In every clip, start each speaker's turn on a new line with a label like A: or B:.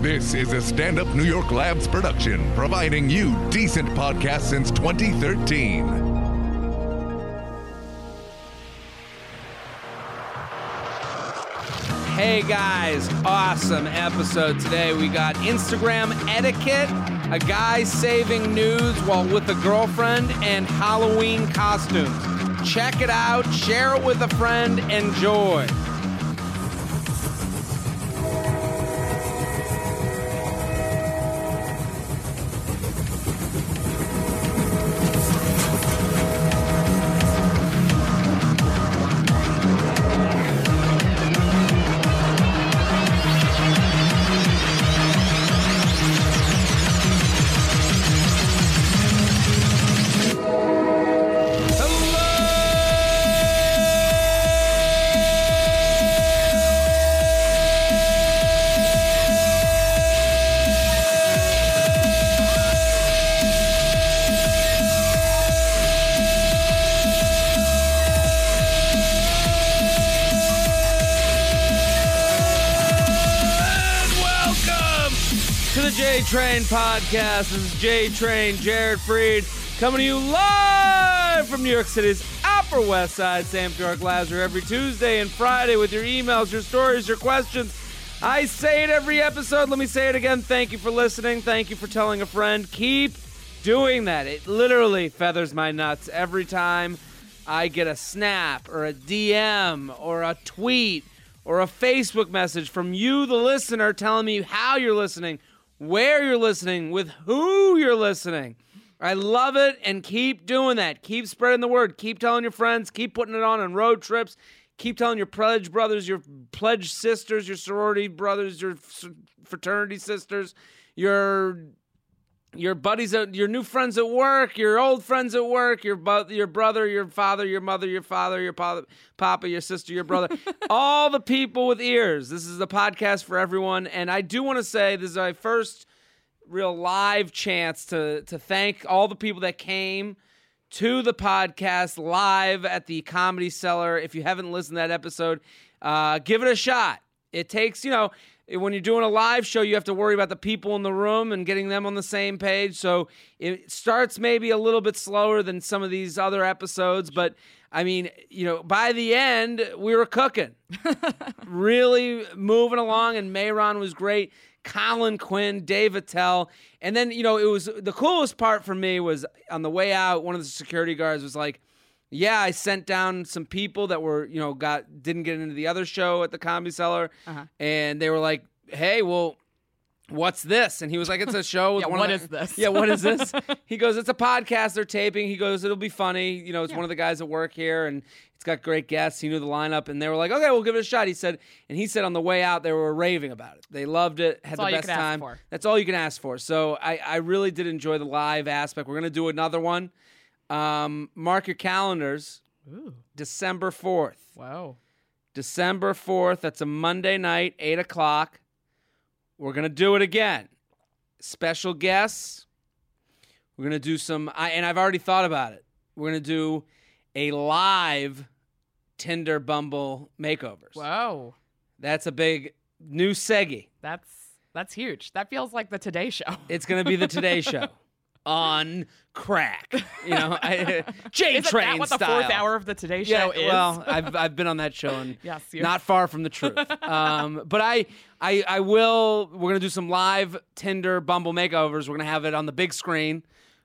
A: This is a Stand Up New York Labs production, providing you decent podcasts since 2013.
B: Hey guys, awesome episode today. We got Instagram etiquette, a guy saving news while with a girlfriend, and Halloween costumes. Check it out, share it with a friend, enjoy. Welcome to the J Train Podcast. This is J Train Jared Freed coming to you live from New York City's Upper West Side. Sam York Lazar every Tuesday and Friday with your emails, your stories, your questions. I say it every episode. Let me say it again. Thank you for listening. Thank you for telling a friend. Keep doing that. It literally feathers my nuts every time I get a snap or a DM or a tweet or a Facebook message from you, the listener, telling me how you're listening, where you're listening, with who you're listening. I love it and keep doing that. Keep spreading the word. Keep telling your friends. Keep putting it on on road trips. Keep telling your pledge brothers, your pledge sisters, your sorority brothers, your s- fraternity sisters, your your buddies, at, your new friends at work, your old friends at work, your bu- your brother, your father, your mother, your father, your pa- papa, your sister, your brother, all the people with ears. This is a podcast for everyone, and I do want to say this is my first real live chance to to thank all the people that came to the podcast live at the Comedy Cellar. If you haven't listened to that episode, uh, give it a shot. It takes, you know, when you're doing a live show, you have to worry about the people in the room and getting them on the same page. So it starts maybe a little bit slower than some of these other episodes, but I mean, you know, by the end, we were cooking really moving along, and Mayron was great. Colin Quinn, Dave Attell, and then you know it was the coolest part for me was on the way out. One of the security guards was like, "Yeah, I sent down some people that were you know got didn't get into the other show at the Comedy Cellar, and they were like, "Hey, well." What's this? And he was like, "It's a show." With
C: Yeah,
B: one
C: what
B: of
C: is this?
B: Yeah, what is this? he goes, "It's a podcast. They're taping." He goes, "It'll be funny." You know, it's one of the guys that work here, and it's got great guests. He knew the lineup, and they were like, "Okay, we'll give it a shot." He said, and he said on the way out, they were raving about it. They loved it. Had
C: all
B: the
C: you
B: best
C: could ask
B: time.
C: for.
B: That's all you can ask for. So I, I really did enjoy the live aspect. We're gonna do another one. Um, mark your calendars, December fourth.
C: Wow.
B: December 4th. That's a Monday night, 8 o'clock. We're going to do it again. Special guests. We're going to do some, I, and I've already thought about it. We're going to do a live Tinder Bumble makeovers.
C: Wow.
B: That's a big new Segi.
C: That's that's huge. That feels like the Today Show.
B: It's going to be the Today Show on crack. You know, I, J
C: Isn't
B: Train
C: that what the
B: style.
C: fourth hour of the Today
B: Yeah,
C: Show is?
B: well, I've I've been on that show and
C: Yes, you-
B: not far from the truth. Um, but I I I will. We're gonna do some live Tinder Bumble makeovers. We're gonna have it on the big screen.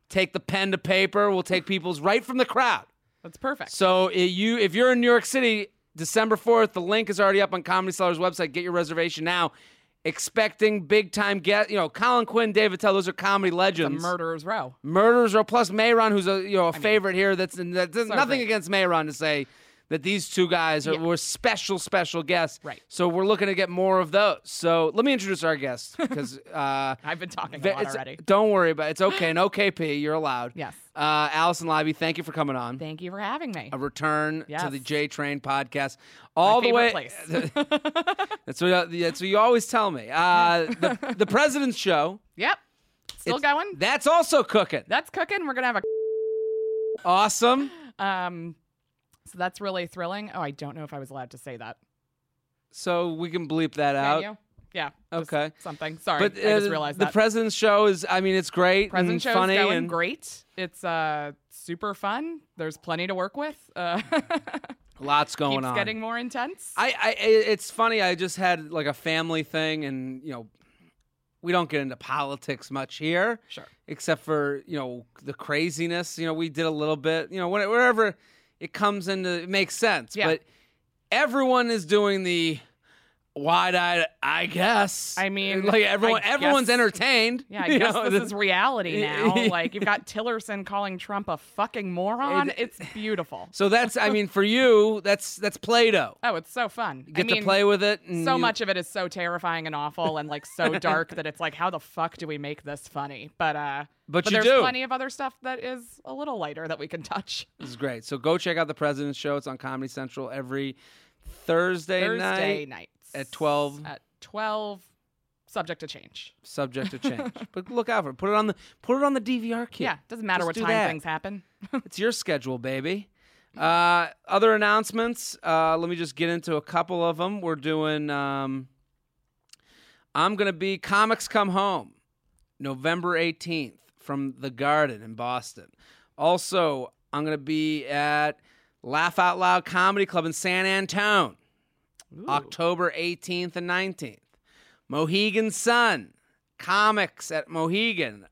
B: Take the pen to paper. We'll take people's right from the crowd.
C: that's perfect.
B: So i- you, if you're in New York City, December fourth, the link is already up on Comedy Sellers website. Get your reservation now. Expecting big time guest, you know, Colin Quinn, David Tell, those are comedy
C: the
B: legends.
C: murderer's row.
B: Murderers Row plus Mayron, who's a you know a favorite here. That's, and that's nothing
C: great.
B: against Mayron to say that these two guys are,
C: Yeah.
B: were special, special guests.
C: Right.
B: So we're looking to get more of those. So let me introduce our guests because uh,
C: I've been talking
B: ve-
C: a lot
B: it's-
C: already.
B: don't worry about it. It's okay. An OKP, you're allowed.
C: Yes.
B: Uh, Allison Libby, thank you for coming on.
C: Thank you for having me.
B: a return to
C: Yes.
B: the J Train podcast, all the
C: favorite
B: way.
C: place.
B: that's what that's what you always tell me. Uh, the, the President's Show.
C: yep. Still
B: it's-
C: going.
B: That's also cooking.
C: that's cooking. We're gonna have
B: Awesome.
C: a um. So that's really thrilling. Oh, I don't know if I was allowed to say that.
B: So we can bleep that
C: Can
B: out.
C: you? Yeah. just
B: Okay.
C: Something. Sorry.
B: But
C: I just
B: uh,
C: realized
B: the
C: that.
B: President's Show is, I mean, it's great.
C: Present
B: and
C: show's
B: Mm, funny
C: going
B: and
C: great. It's uh super fun. There's plenty to work with. Uh,
B: Lots going
C: keeps
B: on.
C: getting more intense.
B: I, I, i- it's funny. I just had like a family thing, and you know, we don't get into politics much here,
C: sure.
B: except for you know the craziness. You know, we did a little bit. You know, when- wherever it comes into, it makes sense.
C: Yeah.
B: But everyone is doing the wide-eyed. I guess.
C: I mean,
B: like everyone,
C: I
B: everyone's
C: guess-
B: entertained.
C: Yeah, I
B: you
C: guess
B: know,
C: this is reality now.
B: Yeah.
C: like you've got Tillerson calling Trump a fucking moron.
B: It-
C: It's beautiful.
B: So that's, I mean, for you, that's that's Play-Doh.
C: Oh, it's so fun.
B: You get
C: I mean,
B: to play with it. And
C: so
B: you-
C: much of it is so terrifying and awful and like so dark that it's like how the fuck do we make this funny? But uh
B: But you
C: there's
B: do.
C: plenty of other stuff that is a little lighter that we can touch.
B: This is great. So go check out the President's Show. It's on Comedy Central every Thursday,
C: Thursday
B: night,
C: nights
B: at 12.
C: At 12 subject to change.
B: subject to change. but look out for it. Put it on the put it on the DVR kit.
C: Yeah, doesn't matter
B: Just
C: what
B: do
C: time
B: that. Oh.
C: things happen.
B: It's your schedule, baby. Uh, other announcements. Uh, let me just get into a couple of them. We're doing. Um, I'm gonna be Comics Come Home, November 18th from the Garden in Boston. Also, I'm gonna be at Laugh Out Loud Comedy Club in San Antone. October 18th and 19th. Mohegan Sun, comics at Mohegan,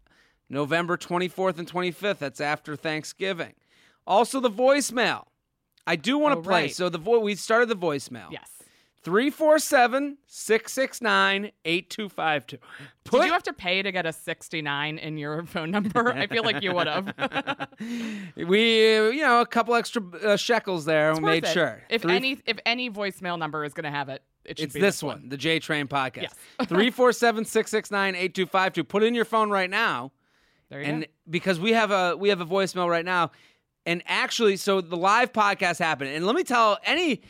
B: November 24th and 25th. That's after Thanksgiving. Also, the voicemail. I do want to
C: Oh,
B: play.
C: right.
B: So the vo- we started the voicemail.
C: yes.
B: 347 669 8252.
C: Did you have to pay to get a 69 in your phone number? I feel like you would have.
B: we, uh, you know, a couple extra uh, shekels there. and
C: It's
B: we made
C: worth it.
B: sure.
C: If
B: Three-
C: any if any voicemail number is going to have it, it should
B: It's
C: be
B: this, one, the J Train podcast.
C: Yes.
B: 347 669 8252. Put in your phone right now.
C: There you
B: and
C: go.
B: because we have a we have a voicemail right now and actually so the live podcast happened and let me tell any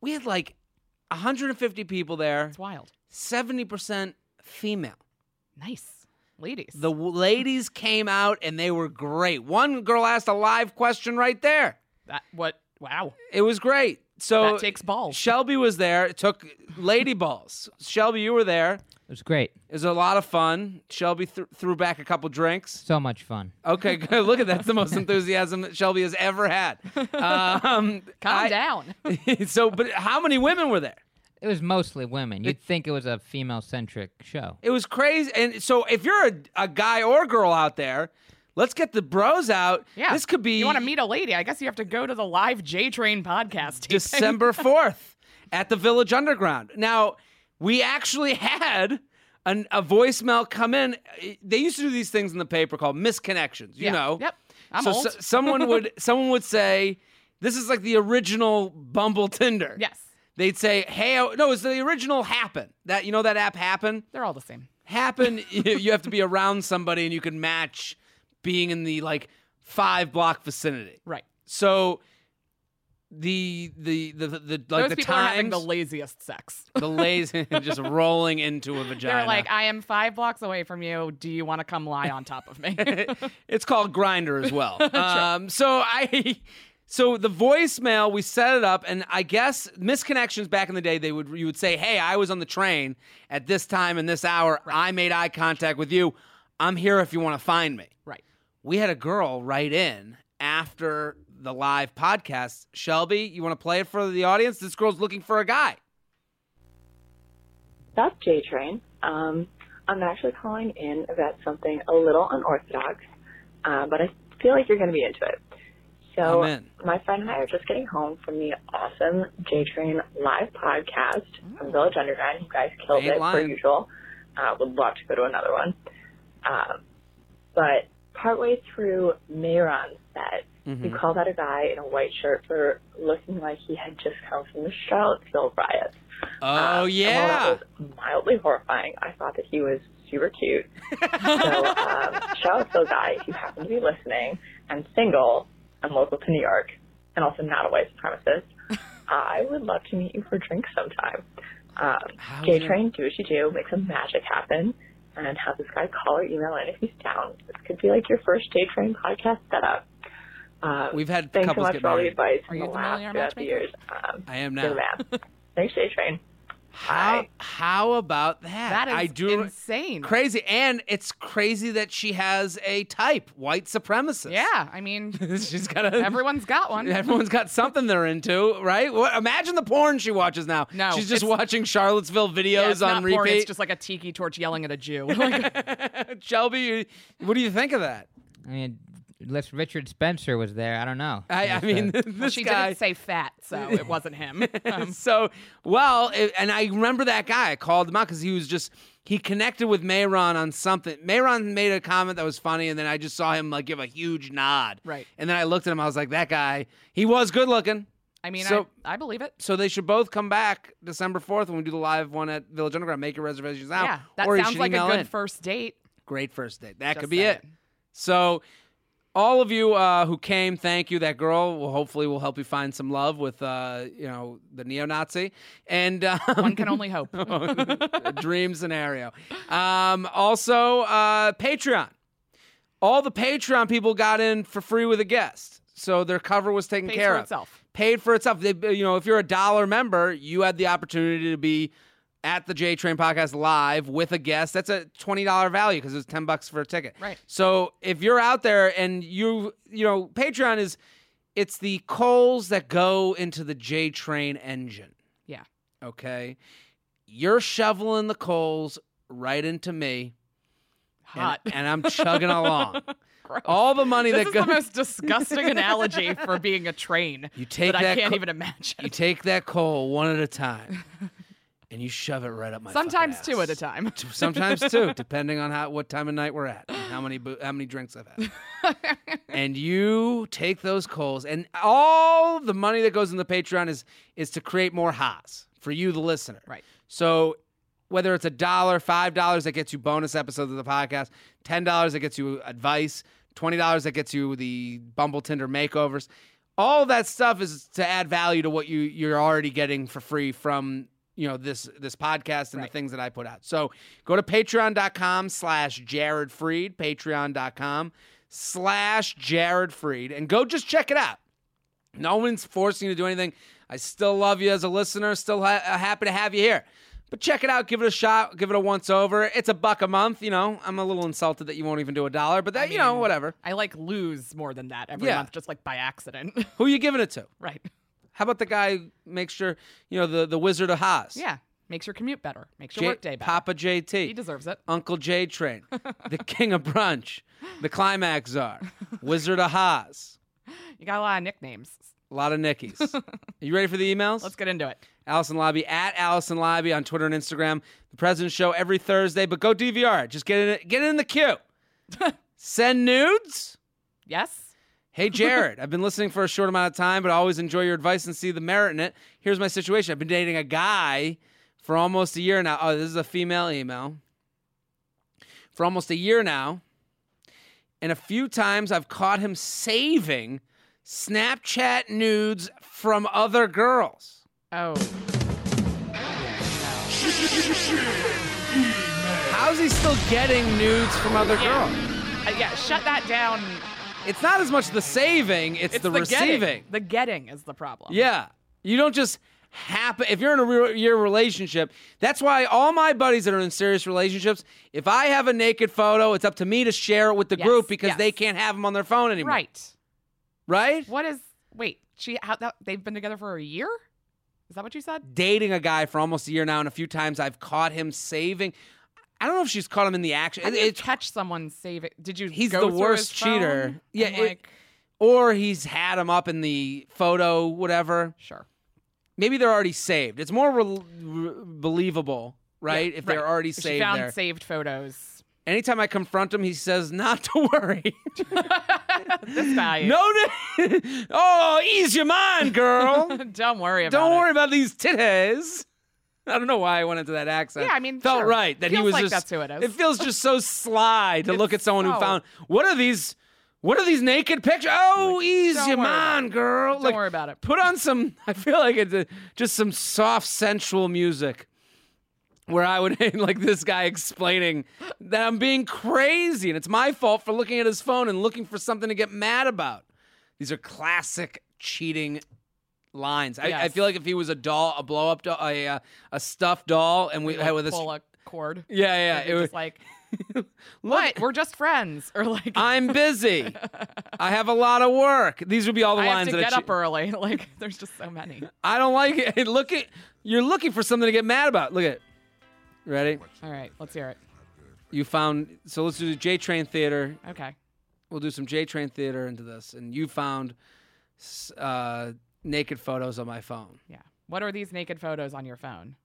B: we had like 150 people there
C: It's wild.
B: 70% female
C: Nice. Ladies.
B: the w- ladies came out and they were great one girl asked a live question right there
C: that what wow.
B: it was great so
C: that takes balls.
B: shelby was there it took lady balls shelby you were there
D: It was great.
B: it was a lot of fun shelby th- threw back a couple drinks
D: So much fun.
B: Okay, good. Look at that. that's the most enthusiasm that Shelby has ever had. Um,
C: Calm
B: I-
C: down.
B: so, but how many women were there?
D: It was mostly women. You'd think it was a female centric show.
B: It was crazy. And so, if you're a, a guy or girl out there, let's get the bros out.
C: Yeah.
B: this could be
C: You want to meet a lady? I guess you have to go to the live J Train podcast. taping.
B: December fourth at the Village Underground. Now, we actually had. An, a voicemail come in. They used to do these things in the paper called misconnections. You
C: Yeah.
B: know.
C: Yep. I'm
B: so,
C: old.
B: so- someone would someone would say, "This is like the original Bumble Tinder."
C: Yes.
B: They'd say, "Hey, oh, no, it's the original Happen that you know that app Happen.
C: They're all the same.
B: Happen, you, you have to be around somebody and you can match being in the like five block vicinity.
C: Right.
B: So the the the the, the like
C: Those
B: the
C: people are having
B: times
C: the laziest sex.
B: the lazy just rolling into a vagina.
C: They're like, I am five blocks away from you. Do you want to come lie on top of me? "Ah."
B: it's called grinder as well um, so i so the voicemail we set it up and i guess misconnections back in the day they would you would say hey i was on the train at this time and this hour i made eye contact with you i'm here if you want to find me
C: right.
B: we had a girl write in after the live podcast shelby you want to play it for the audience this girl's looking for a guy
E: That's J Train. Um, I'm actually calling in about something a little unorthodox, uh, but I feel like you're going to be into it. So,
B: I'm in.
E: my friend and I are just getting home from the awesome J Train live podcast from Village Underground. You guys killed
B: Mm. Ain't
E: it
B: lying.
E: per usual. Uh, would love to go to another one. Um, but partway through Mehron's set,
B: Mm-hmm.
E: you called out a guy in a white shirt for looking like he had just come from the Charlottesville riots.
B: oh
E: And
B: yeah
E: while that was mildly horrifying, I thought that he was super cute. so, um, shout out to the guy if you happen to be listening and single and local to New York and also not a white supremacist. I would love to meet you for drinks sometime. Um, J Train, do what you do, make some magic happen, and have this guy call or email in if he's down. This could be like your first J Train podcast setup. Um,
B: We've had
E: thanks so
B: couples
E: much
B: get
E: for all the
B: married.
E: advice
C: you
E: and the
C: familiar
E: laughs throughout the
C: matchmaker?
E: years. Um,
B: i am now
E: you're the man. thanks, J Train.
B: How,
E: Hi.
B: how about that?
C: That is
B: I do
C: insane.
B: crazy, and it's crazy that she has a type, white supremacist.
C: Yeah, I mean,
B: she's got a
C: everyone's got one.
B: Everyone's got something they're into, right? Well, imagine the porn she watches now.
C: No,
B: she's just
C: it's-
B: watching Charlottesville videos
C: Yeah, it's
B: on
C: not
B: repeat.
C: porn, it's just like a tiki torch yelling at a Jew. Like,
B: Shelby, what do you think of that?
D: I mean, unless Richard Spencer was there, I don't know.
B: I, I
D: It's, uh,
B: mean, this
C: she
B: guy.
C: didn't say fat, so it wasn't him. Um,
B: so well, it, and I remember that guy. I called him out because he was just he connected with Mayron on something. Mayron made a comment that was funny, and then I just saw him like give a huge nod.
C: Right.
B: And then I looked at him. I was like, that guy. He was good looking.
C: I mean,
B: So-
C: I, I believe it.
B: So they should both come back December fourth when we do the live one at Village Underground. Make your reservations now.
C: Yeah, that
B: or you
C: sounds
B: should
C: like a
B: email
C: good
B: in.
C: first date.
B: Great first date. That
C: Just
B: could be
C: saying.
B: it. So, all of you uh, who came, thank you. That girl will hopefully will help you find some love with uh, you know the neo-Nazi and um,
C: One can only hope.
B: a dream scenario. Um, also, uh, Patreon. All the Patreon people got in for free with a guest, so their cover was taken
C: Paid
B: care
C: for
B: of.
C: itself.
B: Paid for itself. They, you know, if you're a dollar member, you had the opportunity to be at the J Train Podcast live with a guest. That's a twenty dollar value because it's ten bucks for a ticket.
C: Right.
B: So if you're out there and you, you know, Patreon is, it's the coals that go into the J Train engine
C: Yeah.
B: okay? You're shoveling the coals right into me, and-
C: Hot.
B: And, I'm chugging along.
C: Gross.
B: All the money
C: This
B: that
C: is
B: goes,
C: the most disgusting analogy for being a train
B: You take
C: that,
B: that
C: I can't
B: co-
C: even imagine.
B: you take that coal one at a time, and you shove it right up my. fucking
C: Sometimes two
B: ass.
C: at a time.
B: T- Sometimes two, depending on how what time of night we're at, and how many bo- how many drinks I've had. and you take those coals, and all the money that goes in the Patreon is is to create more haas for you, the listener.
C: Right.
B: So whether it's a dollar, five dollars that gets you bonus episodes of the podcast, ten dollars that gets you advice, twenty dollars that gets you the Bumble Tinder makeovers, all that stuff is to add value to what you you're already getting for free from you know this this podcast and the things that I put out. So go to patreon.com slash Jared Freed, patreon.com slash Jared Freed, and go just check it out. No one's forcing you to do anything. I still love you as a listener. Still ha- uh, happy to have you here. But check it out. Give it a shot. Give it a once over. It's a buck a month. You know, I'm a little insulted that you won't even do a dollar, but that you know, whatever.
C: I like lose more than that every
B: Yeah.
C: month, just like by accident.
B: Who you giving it to?
C: right.
B: How about the guy? who Makes sure you know the the Wizard of Haas.
C: Yeah. Makes your commute better. Makes your
B: J-
C: workday better.
B: Papa JT.
C: He deserves it.
B: Uncle J Train, the King of Brunch, the Climax Czar, Wizard of Haas.
C: You got a lot of nicknames.
B: A lot of Nickies. Are you ready for the emails?
C: Let's get into it.
B: Allison Lobby at Allison Lobby on Twitter and Instagram. The President's Show every Thursday, but go DVR. it. Just get in, it- get in the queue. Send nudes.
C: Yes.
B: Hey Jared, I've been listening for a short amount of time, but I always enjoy your advice and see the merit in it. Here's my situation: I've been dating a guy for almost a year now. Oh, this is a female email. For almost a year now, and a few times I've caught him saving Snapchat nudes from other girls.
C: Oh.
B: How's he still getting nudes from other girls?
C: Uh, yeah. Shut that down.
B: It's not as much the saving, it's,
C: It's
B: the, receiving.
C: getting. The getting is the problem.
B: Yeah. You don't just happen if you're in a real year relationship. That's why all my buddies that are in serious relationships, if I have a naked photo, it's up to me to share it with the
C: Yes,
B: group because
C: yes.
B: they can't have them on their phone anymore.
C: Right.
B: Right?
C: What is? Wait. She. How? That, they've been together for a year. Is that what you said?
B: Dating a guy for almost a year now and a few times I've caught him saving I don't know if she's caught him in the action.
C: How do
B: It-
C: you
B: it's-
C: catch someone saving? Did you?
B: He's
C: go
B: the
C: through his
B: worst cheater.
C: phone
B: Yeah,
C: and,
B: it-
C: like,
B: or he's had him up in the photo, whatever.
C: sure.
B: maybe they're already saved. It's more rel r- believable, right?
C: Yeah,
B: if they're already
C: She
B: saved
C: found
B: there.
C: saved photos.
B: Anytime I confront him, he says not to worry.
C: This guy.
B: no, n- oh, ease your mind, girl.
C: Don't worry about
B: Don't
C: it.
B: worry about these titties. I don't know why I went into that accent.
C: Yeah, I mean,
B: felt
C: sure.
B: right that he
C: Feels
B: was
C: like
B: just.
C: that's who it is.
B: It feels just so sly to look
C: It's
B: at someone who
C: so-
B: found what are these. What are these naked pictures? Oh, ease
C: don't
B: your
C: worry about
B: mind, girl.
C: Don't worry about it.
B: Put on some. I feel like it's uh just some soft, sensual music, where I would like this guy explaining that I'm being crazy and it's my fault for looking at his phone and looking for something to get mad about. These are classic cheating lines. I, I
C: Yes.
B: feel like if he was a doll, a blow up doll, a, uh, a stuffed doll, and we
C: Like,
B: had with this.
C: pull a cord.
B: Yeah, yeah.
C: It
B: It was
C: just like, what? We're just friends, or like,
B: I'm busy. I have a lot of work. These would be all the
C: I have
B: lines
C: to
B: that
C: get
B: I,
C: up early. Like, there's just so many.
B: I don't like it. Look at you're looking for something to get mad about. Look at it. Ready?
C: All right, let's hear it.
B: You found so let's do the J Train Theater.
C: Okay.
B: We'll do some J Train Theater into this, and you found s- uh, naked photos on my phone.
C: Yeah. What are these naked photos on your phone?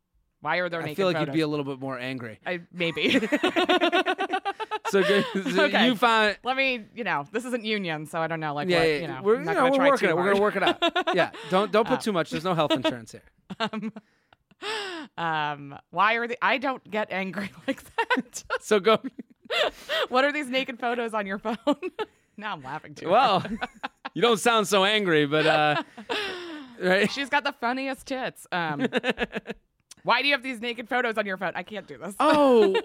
C: Why are there
B: I
C: naked
B: feel like
C: photos?
B: you'd be a little bit more angry.
C: I, maybe.
B: So, good, so
C: Okay.
B: you found
C: Let me, you know, this isn't union, so I don't know. Like,
B: yeah,
C: what,
B: yeah,
C: you know,
B: we're
C: I'm
B: you
C: not
B: know,
C: gonna
B: we're
C: try
B: working
C: too
B: it. We're
C: hard. Oh.
B: gonna work it out. yeah, don't don't put too much. There's no health insurance here.
C: Um, why are the? I don't get angry like that.
B: So go.
C: what are these naked photos on your phone? now I'm laughing too. hard.
B: Well, you don't sound so angry, but uh, right.
C: she's got the funniest tits. Um, why do you have these naked photos on your phone? I can't do this.
B: Oh,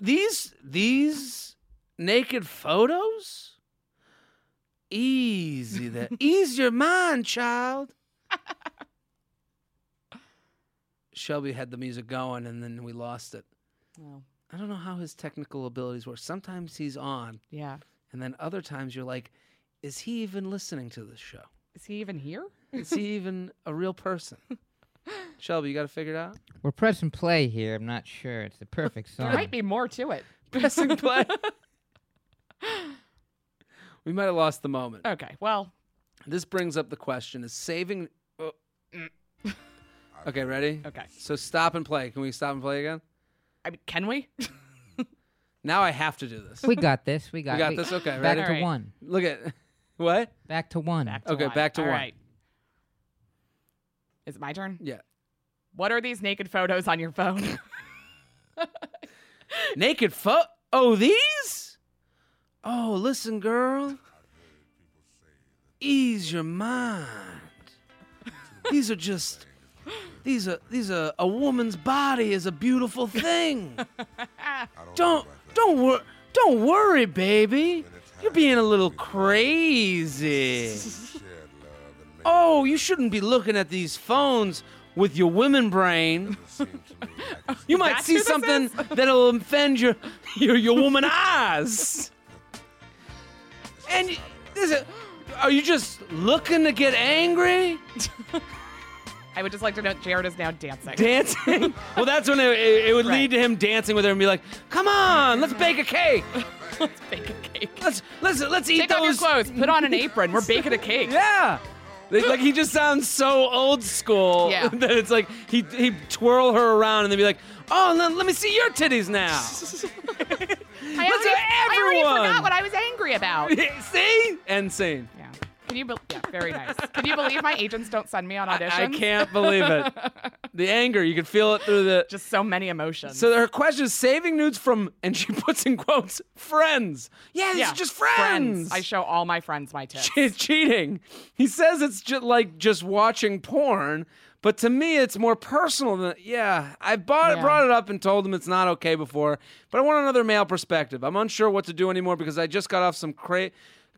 B: these these naked photos. Easy there. Ease your mind, child. Shelby had the music going, and then we lost it.
C: Well,
B: I don't know how his technical abilities work. Sometimes he's on,
C: yeah.
B: and then other times you're like, "Is he even listening to this show?
C: Is he even here?
B: Is he even a real person?" Shelby, you got to figure it out.
D: We're pressing play here. I'm not sure. It's the perfect song.
C: There might be more to it.
B: Pressing play. we might have lost the moment.
C: Okay. Well,
B: This brings up the question: Is saving? oh, mm. Okay, ready?
C: okay.
B: So stop and play. Can we stop and play again?
C: I mean, can we?
B: Now I have to do this.
D: We got this. We got,
B: got this? Okay,
D: Back
B: ready?
D: to
C: Alright.
D: one.
B: Look at what?
D: Back to one.
C: Back to
B: Okay,
C: one.
B: back to
C: All
B: one.
C: right. Is it my turn?
B: Yeah,
C: What are these naked photos on your phone?
B: naked foot. Oh, these? Oh, listen, girl. Ease your mind. These are just. These are these are a woman's body is a beautiful thing. Don't don't wor- don't worry, baby. You're being a little crazy. Oh, you shouldn't be looking at these phones with your women brain. You might
C: That's
B: see
C: who this
B: something that'll offend your your, your woman eyes. And y- is it? Are you just looking to get angry?
C: I would just like to note Jared is now dancing.
B: Dancing? well, that's when it, it, it would lead
C: Right.
B: to him dancing with her and be like, "Come on, let's bake a cake.
C: Let's bake a cake.
B: Let's let's let's eat
C: Take off your
B: those."
C: clothes. Put on an apron. We're baking a cake.
B: Yeah. They- Like he just sounds so old school
C: Yeah.
B: that it's like he he twirl her around and then be like, "Oh, let, let me see your titties now."
C: I
B: Let's
C: already,
B: do
C: I
B: everyone.
C: already forgot what I was angry about.
B: see? Insane.
C: Yeah. Can you? Be- yeah. Very nice. Can you believe my agents don't send me on auditions?
B: I can't believe it. The anger, you can feel it through the.
C: Just so many emotions.
B: so her question is saving nudes from, and she puts in quotes, friends. Yeah, these
C: yeah.
B: are just friends.
C: I show all my friends my tits.
B: He's cheating. He says it's just like just watching porn, but to me, it's more personal than. Yeah, I bought it,
C: Yeah.
B: brought it up and told him it's not okay before, but I want another male perspective. I'm unsure what to do anymore because I just got off some cra-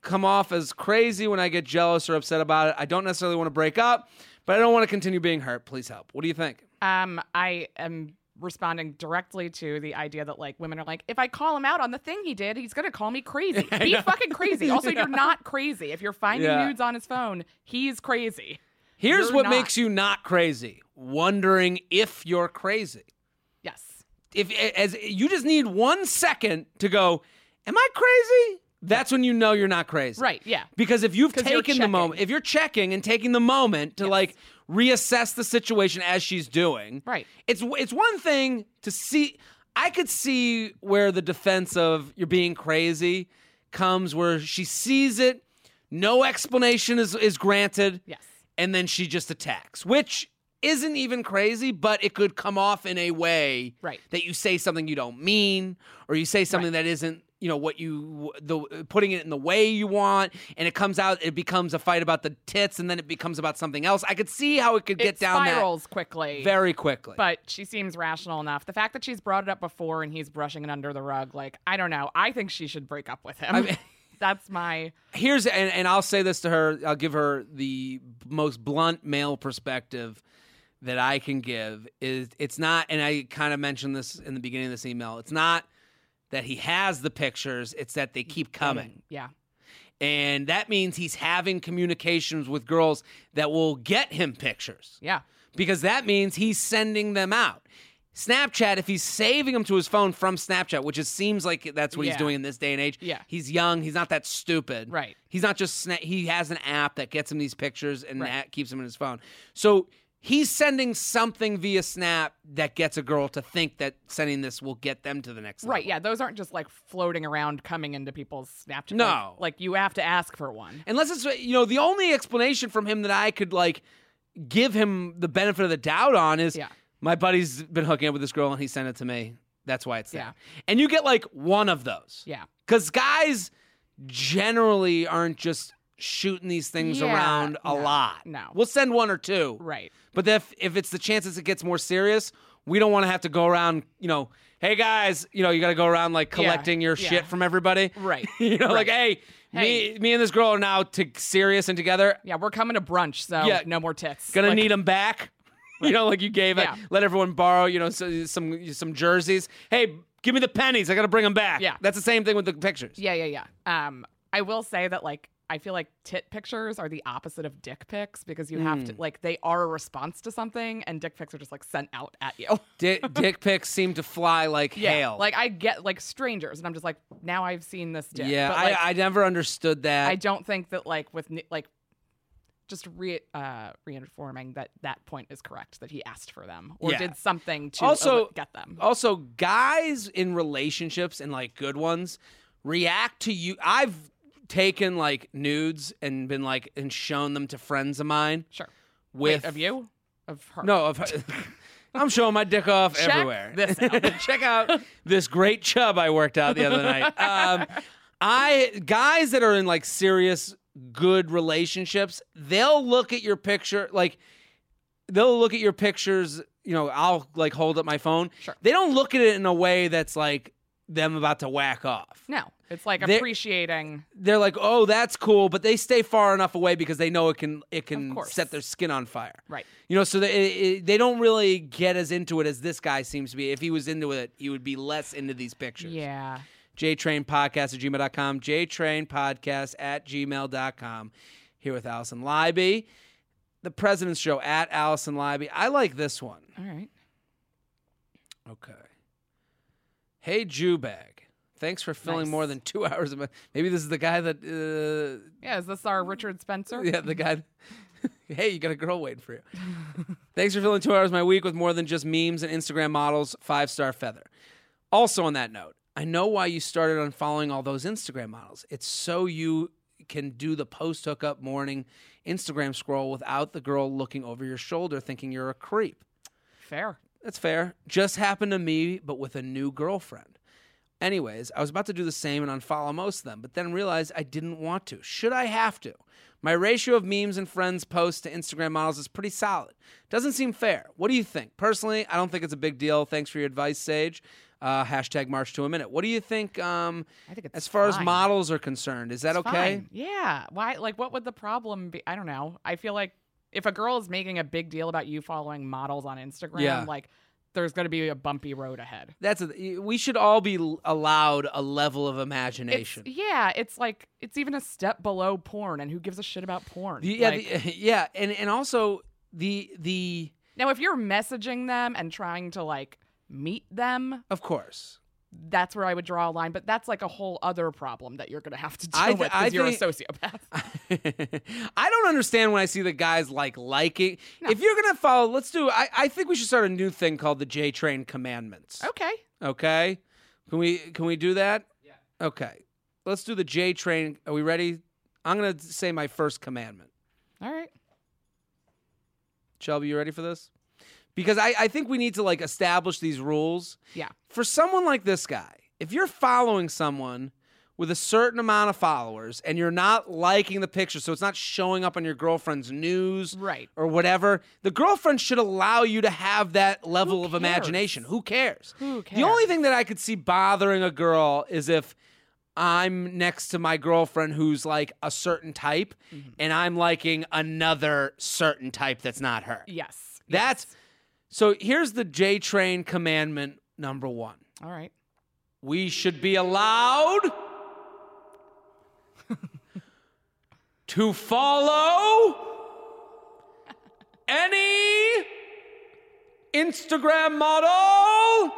B: come off as crazy when I get jealous or upset about it. I don't necessarily want to break up, but I don't want to continue being hurt. Please help. What do you think?
C: Um, I am responding directly to the idea that like women are like, if I call him out on the thing he did, he's gonna call me crazy. Be fucking crazy. Also, you're not crazy. If you're finding
B: Yeah.
C: nudes on his phone, he's crazy.
B: Here's
C: You're
B: what
C: not.
B: makes you not crazy: wondering if you're crazy.
C: Yes.
B: if as you just need one second to go, am I crazy? That's when you know you're not crazy.
C: Right. Yeah.
B: Because if you've
C: 'Cause you're
B: taken the moment,
C: checking.
B: if you're checking and taking the moment to like reassess the situation as she's doing,
C: Right.
B: It's it's one thing to see. I could see where the defense of you're being crazy comes, where she sees it, no explanation is is granted,
C: Yes.
B: and then she just attacks, which isn't even crazy, but it could come off in a way
C: Right.
B: that you say something you don't mean, or you say something that isn't, you know, what you the putting it in the way you want, and it comes out, it becomes a fight about the tits, and then it becomes about something else. I could see how it could get
C: it
B: down
C: spirals quickly.
B: that very quickly.
C: but she seems rational enough. The fact that she's brought it up before and he's brushing it under the rug, like I don't know. I think she should break up with him.
B: I mean,
C: that's my
B: here's and, and I'll say this to her. I'll give her the most blunt male perspective that I can give is it's not and I kind of mentioned this in the beginning of this email. It's not that he has the pictures, it's that they keep coming.
C: yeah.
B: And that means he's having communications with girls that will get him pictures
C: Yeah.
B: because that means he's sending them out. Snapchat, if he's saving them to his phone from Snapchat, which it seems like that's what
C: Yeah.
B: he's doing in this day and age.
C: Yeah.
B: he's young. He's not that stupid.
C: Right.
B: He's not just sna- he has an app that gets him these pictures and
C: Right.
B: that keeps him in his phone. So he's sending something via Snap that gets a girl to think that sending this will get them to the next level.
C: Right. Yeah. Those aren't just like floating around coming into people's Snapchat.
B: No.
C: Like, like, you have to ask for one.
B: Unless it's you know the only explanation from him that I could like give him the benefit of the doubt on is
C: Yeah.
B: my buddy's been hooking up with this girl and he sent it to me. That's why it's there.
C: Yeah.
B: And you get like one of those.
C: Yeah.
B: Cuz guys generally aren't just shooting these things
C: Yeah,
B: around a
C: no,
B: lot.
C: no.
B: We'll send one or two.
C: Right.
B: But if if it's the chances it gets more serious, we don't want to have to go around, you know, hey guys, you know, you got to go around like collecting your
C: yeah.
B: shit from everybody.
C: Right.
B: you know, like hey,
C: Hey.
B: me me and this girl are now t- serious and together.
C: Yeah. We're coming to brunch. So
B: Yeah.
C: no more tits.
B: Gonna
C: Like,
B: 'em need them back. You know, like you gave it.
C: Yeah.
B: Let everyone borrow, you know, so, some some jerseys. Hey, give me the pennies. I got to bring them back.
C: Yeah.
B: That's the same thing with the pictures.
C: Yeah. Yeah. Yeah. Um, I will say that like, I feel like tit pictures are the opposite of dick pics because you have
B: Hmm.
C: to like they are a response to something and dick pics are just like sent out at you.
B: Di- dick pics seem to fly like hail.
C: Like I get like strangers and I'm just like now I've seen this dick.
B: yeah,
C: But, like,
B: I, I never understood that.
C: I don't think that like with ne- like just re uh reinforming that that point is correct that he asked for them or
B: Yeah.
C: did something to
B: Also- uh,
C: evi- get them.
B: Also, guys in relationships and like good ones react to you. I've taken like nudes and been like and shown them to friends of mine.
C: sure.
B: With
C: Wait, of you, of her.
B: No, of her. I'm showing my dick off
C: Check
B: everywhere.
C: this out.
B: Check out this great chub I worked out the other night. Um, I guys that are in like serious good relationships, they'll look at your picture like they'll look at your pictures. You know, I'll like hold up my phone.
C: Sure.
B: They don't look at it in a way that's like them about to whack off.
C: no. It's like
B: There-
C: appreciating.
B: They're like, "Oh, that's cool," but they stay far enough away because they know it can it can
C: course.
B: set their skin on fire.
C: Right.
B: You know, so they, it, it- they don't really get as into it as this guy seems to be. If he was into it, he would be less into these pictures.
C: Yeah.
B: JTrain Podcast at gmail.com, JTrain Podcast at gmail.com. Here with Allison Leiby. The President's Show at Allison Leiby. I like this one.
C: All right.
B: Okay. Hey, Jewbag. Thanks for filling
C: Nice.
B: more than two hours of my. Maybe this is the guy that. Uh,
C: Yeah. Is this our Richard Spencer?
B: yeah, the guy. hey, you got a girl waiting for you. Thanks for filling two hours of my week with more than just memes and Instagram models. Five star feather. Also, on that note, I know why you started unfollowing all those Instagram models. It's so you can do the post hookup morning Instagram scroll without the girl looking over your shoulder thinking you're a creep.
C: Fair.
B: That's fair. Just happened to me, but with a new girlfriend. Anyways, I was about to do the same and unfollow most of them, but then realized I didn't want to. Should I have to? My ratio of memes and friends posts to Instagram models is pretty solid. Doesn't seem fair. What do you think? Personally, I don't think it's a big deal. Thanks for your advice, Sage. Uh, hashtag March to a minute. What do you think? Um,
C: I think it's
B: as far as
C: fine.
B: models are concerned, is that
C: It's
B: okay?
C: fine. Yeah. Why? Like, what would the problem be? I don't know. I feel like if a girl is making a big deal about you following models on Instagram,
B: Yeah.
C: like, there's going to be a bumpy road ahead.
B: That's a, we should all be l- allowed a level of
C: It's,
B: imagination.
C: yeah, it's like it's even a step below porn, and who gives a shit about porn?
B: The- yeah,
C: Like,
B: the, yeah, and and also the the
C: now, if you're messaging them and trying to like meet them,
B: Of course.
C: that's where I would draw a line. But that's like a whole other problem that you're going to have to deal
B: I
C: with
B: th-
C: with
B: I
C: because you're a
B: think-
C: sociopath.
B: I don't understand when I see the guys like liking. If you're gonna follow, let's do. I, I think we should start a new thing called the J Train Commandments.
C: okay,
B: Okay. Can we can we do that? Yeah. Okay. Let's do the J Train. Are we ready? I'm gonna say my first commandment.
C: all right,
B: Shelby, you ready for this? Because I, I think we need to like establish these rules.
C: yeah,
B: for someone like this guy, if you're following someone with a certain amount of followers and you're not liking the picture, so it's not showing up on your girlfriend's news
C: Right.
B: or whatever, the girlfriend should allow you to have that level of
C: cares?
B: imagination. Who cares?
C: Who
B: The only
C: cares?
B: thing that I could see bothering a girl is if I'm next to my girlfriend who's like a certain type,
C: Mm-hmm.
B: and I'm liking another certain type that's not her.
C: Yes.
B: That's so. Here's the J Train commandment number one:
C: All right.
B: We should be allowed to follow any Instagram model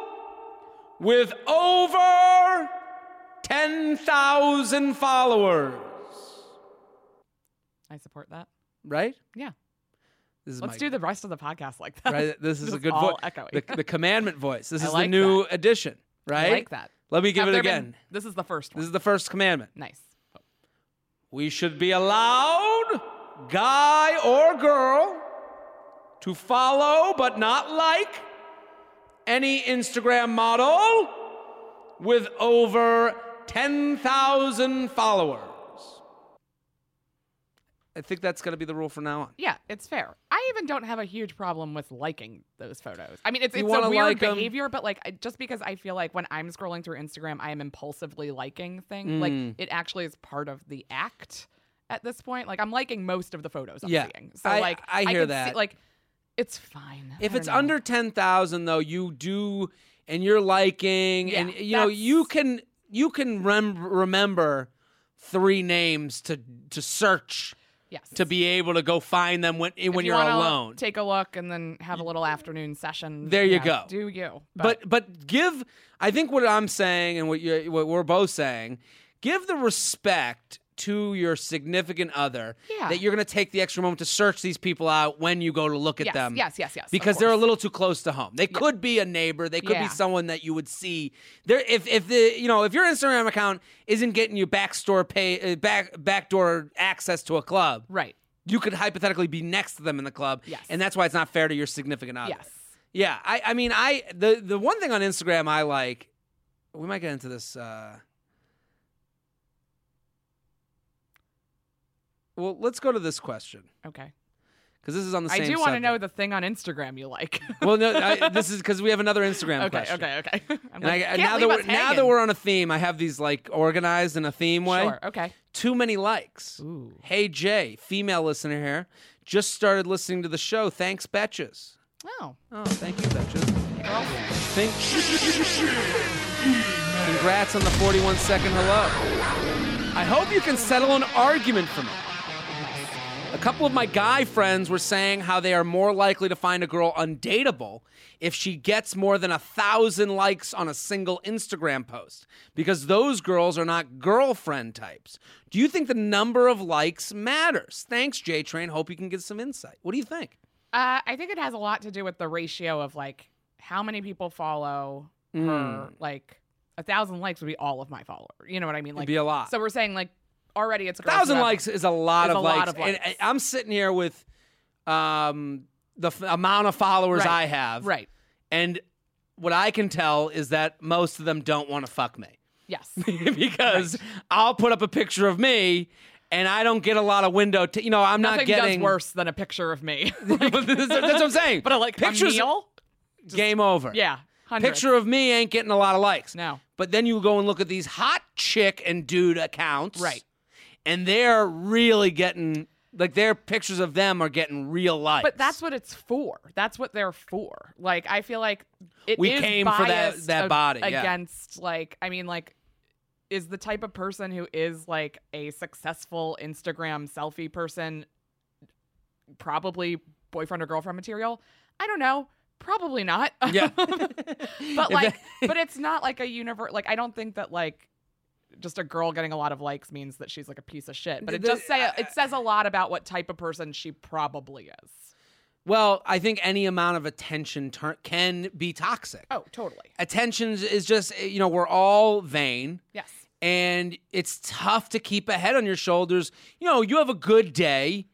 B: with over ten thousand followers.
C: I support that.
B: Right?
C: Yeah.
B: This is
C: Let's
B: my-
C: do the rest of the podcast like that.
B: right? This is a good
C: all
B: voice.
C: echoing.
B: The, the commandment voice. This
C: I
B: is
C: like
B: the new edition, right?
C: I like that.
B: Let me give
C: Have
B: it
C: there
B: again.
C: been- this is the first
B: This
C: one.
B: is the first commandment.
C: nice.
B: We should be allowed, guy or girl, to follow but not like any Instagram model with over 10,000 followers. I think that's going to be the rule from now on.
C: Yeah, it's fair. I even don't have a huge problem with liking those photos. I mean, it's,
B: You
C: it's
B: wanna
C: a weird
B: like 'em.
C: behavior, but like I- just because I feel like when I'm scrolling through Instagram, I am impulsively liking things.
B: Mm.
C: Like it actually is part of the act at this point. Like I'm liking most of the photos I'm
B: Yeah,
C: seeing. So
B: I-
C: like
B: I hear
C: can
B: that.
C: See, like it's fine. I
B: If
C: don't
B: it's
C: know.
B: under 10,000 though, you do and you're liking
C: Yeah,
B: and you know you
C: that's-
B: can you can rem- remember three names to to search
C: yes.
B: to be able to go find them when
C: If
B: when
C: you
B: are
C: wanna
B: alone.
C: Take a look and then have a little afternoon session.
B: There you
C: Yeah,
B: go.
C: Do you?
B: but but give I think what I'm saying and what you what we're both saying, give the respect to your significant other
C: Yeah.
B: that you're going to take the extra moment to search these people out when you go to look at
C: yes,
B: them.
C: yes, yes, yes. of
B: because they're a
C: course.
B: little too close to home. They could be a neighbor. They could
C: Yeah.
B: be someone that you would see. There, if if the you know if your Instagram account isn't getting you backstore pay uh, back backdoor access to a club,
C: right.
B: you could hypothetically be next to them in the club.
C: Yes.
B: and that's why it's not fair to your significant other.
C: Yes.
B: Yeah, I I mean I the the one thing on Instagram I like, we might get into this. uh Well, let's go to this question
C: Okay.
B: because this is on the
C: I
B: same.
C: do want to
B: subject.
C: know the thing on Instagram you like.
B: Well, no, I, this is because we have another Instagram
C: okay,
B: question.
C: okay, okay, I'm
B: And I,
C: like, "Can't
B: now that
C: leave
B: we're
C: us
B: now that
C: hanging."
B: we're on a theme, I have these like organized in a theme way.
C: sure, okay.
B: Too many likes.
C: Ooh.
B: Hey Jay, female listener here, just started listening to the show. Thanks, Betches.
C: Oh,
B: Oh, thank you, Betches.
C: girl.
B: Think. Congrats on the 41 second hello. I hope you can settle an argument for me. A couple of my guy friends were saying how they are more likely to find a girl undateable if she gets more than a thousand likes on a single Instagram post because those girls are not girlfriend types. Do you think the number of likes matters? Thanks, J Train. Hope you can get some insight. What do you think?
C: Uh, I think it has a lot to do with the ratio of like how many people follow her.
B: Mm.
C: Like a thousand likes would be all of my followers. You know what I mean? Like
B: be a lot.
C: So we're saying like already it's a girls
B: thousand
C: who have-
B: likes is a lot
C: Is
B: of
C: a
B: likes.
C: lot of
B: And
C: likes.
B: I- I'm sitting here with um, the f- amount of followers
C: Right.
B: I have.
C: Right.
B: And what I can tell is that most of them don't want to fuck me.
C: Yes.
B: because I'll put up a picture of me and I don't get a lot of window. T- you know, I'm
C: Nothing
B: not getting
C: does worse than a picture of me.
B: But that's, that's what I'm saying.
C: but like
B: pictures,
C: a meal.
B: game over.
C: Yeah. Hundreds.
B: picture of me ain't getting a lot of likes.
C: No.
B: but then you go and look at these hot chick and dude accounts,
C: Right.
B: And they're really getting like their pictures of them are getting real likes.
C: But that's what it's for. That's what they're for. Like I feel like it
B: We
C: is
B: came for that-
C: biased
B: that
C: ag-
B: body, yeah.
C: against like I mean like is the type of person who is like a successful Instagram selfie person probably boyfriend or girlfriend material? I don't know. Probably not.
B: Yeah.
C: but like but it's not like a universe like I don't think that like just a girl getting a lot of likes means that she's like a piece of shit. But it
B: The-
C: does say it says a lot about what type of person she probably is.
B: well, I think any amount of attention tur can be toxic.
C: Oh, totally.
B: Attention is just you know we're all vain.
C: Yes.
B: and it's tough to keep a head on your shoulders. You know, you have a good day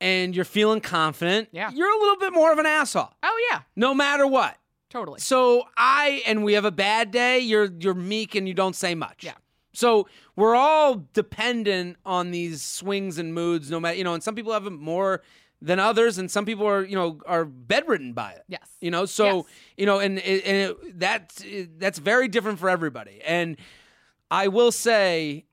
B: and you're feeling confident.
C: Yeah.
B: You're a little bit more of an asshole,
C: Oh yeah,
B: no matter what.
C: totally.
B: So I and we have a bad day, you're you're meek and you don't say much.
C: Yeah.
B: So we're all dependent on these swings and moods, no matter you know, and some people have it more than others, and some people are, you know, are bedridden by it.
C: Yes.
B: You know, so
C: Yes.
B: you know, and it- and it, that's that's very different for everybody. And I will say,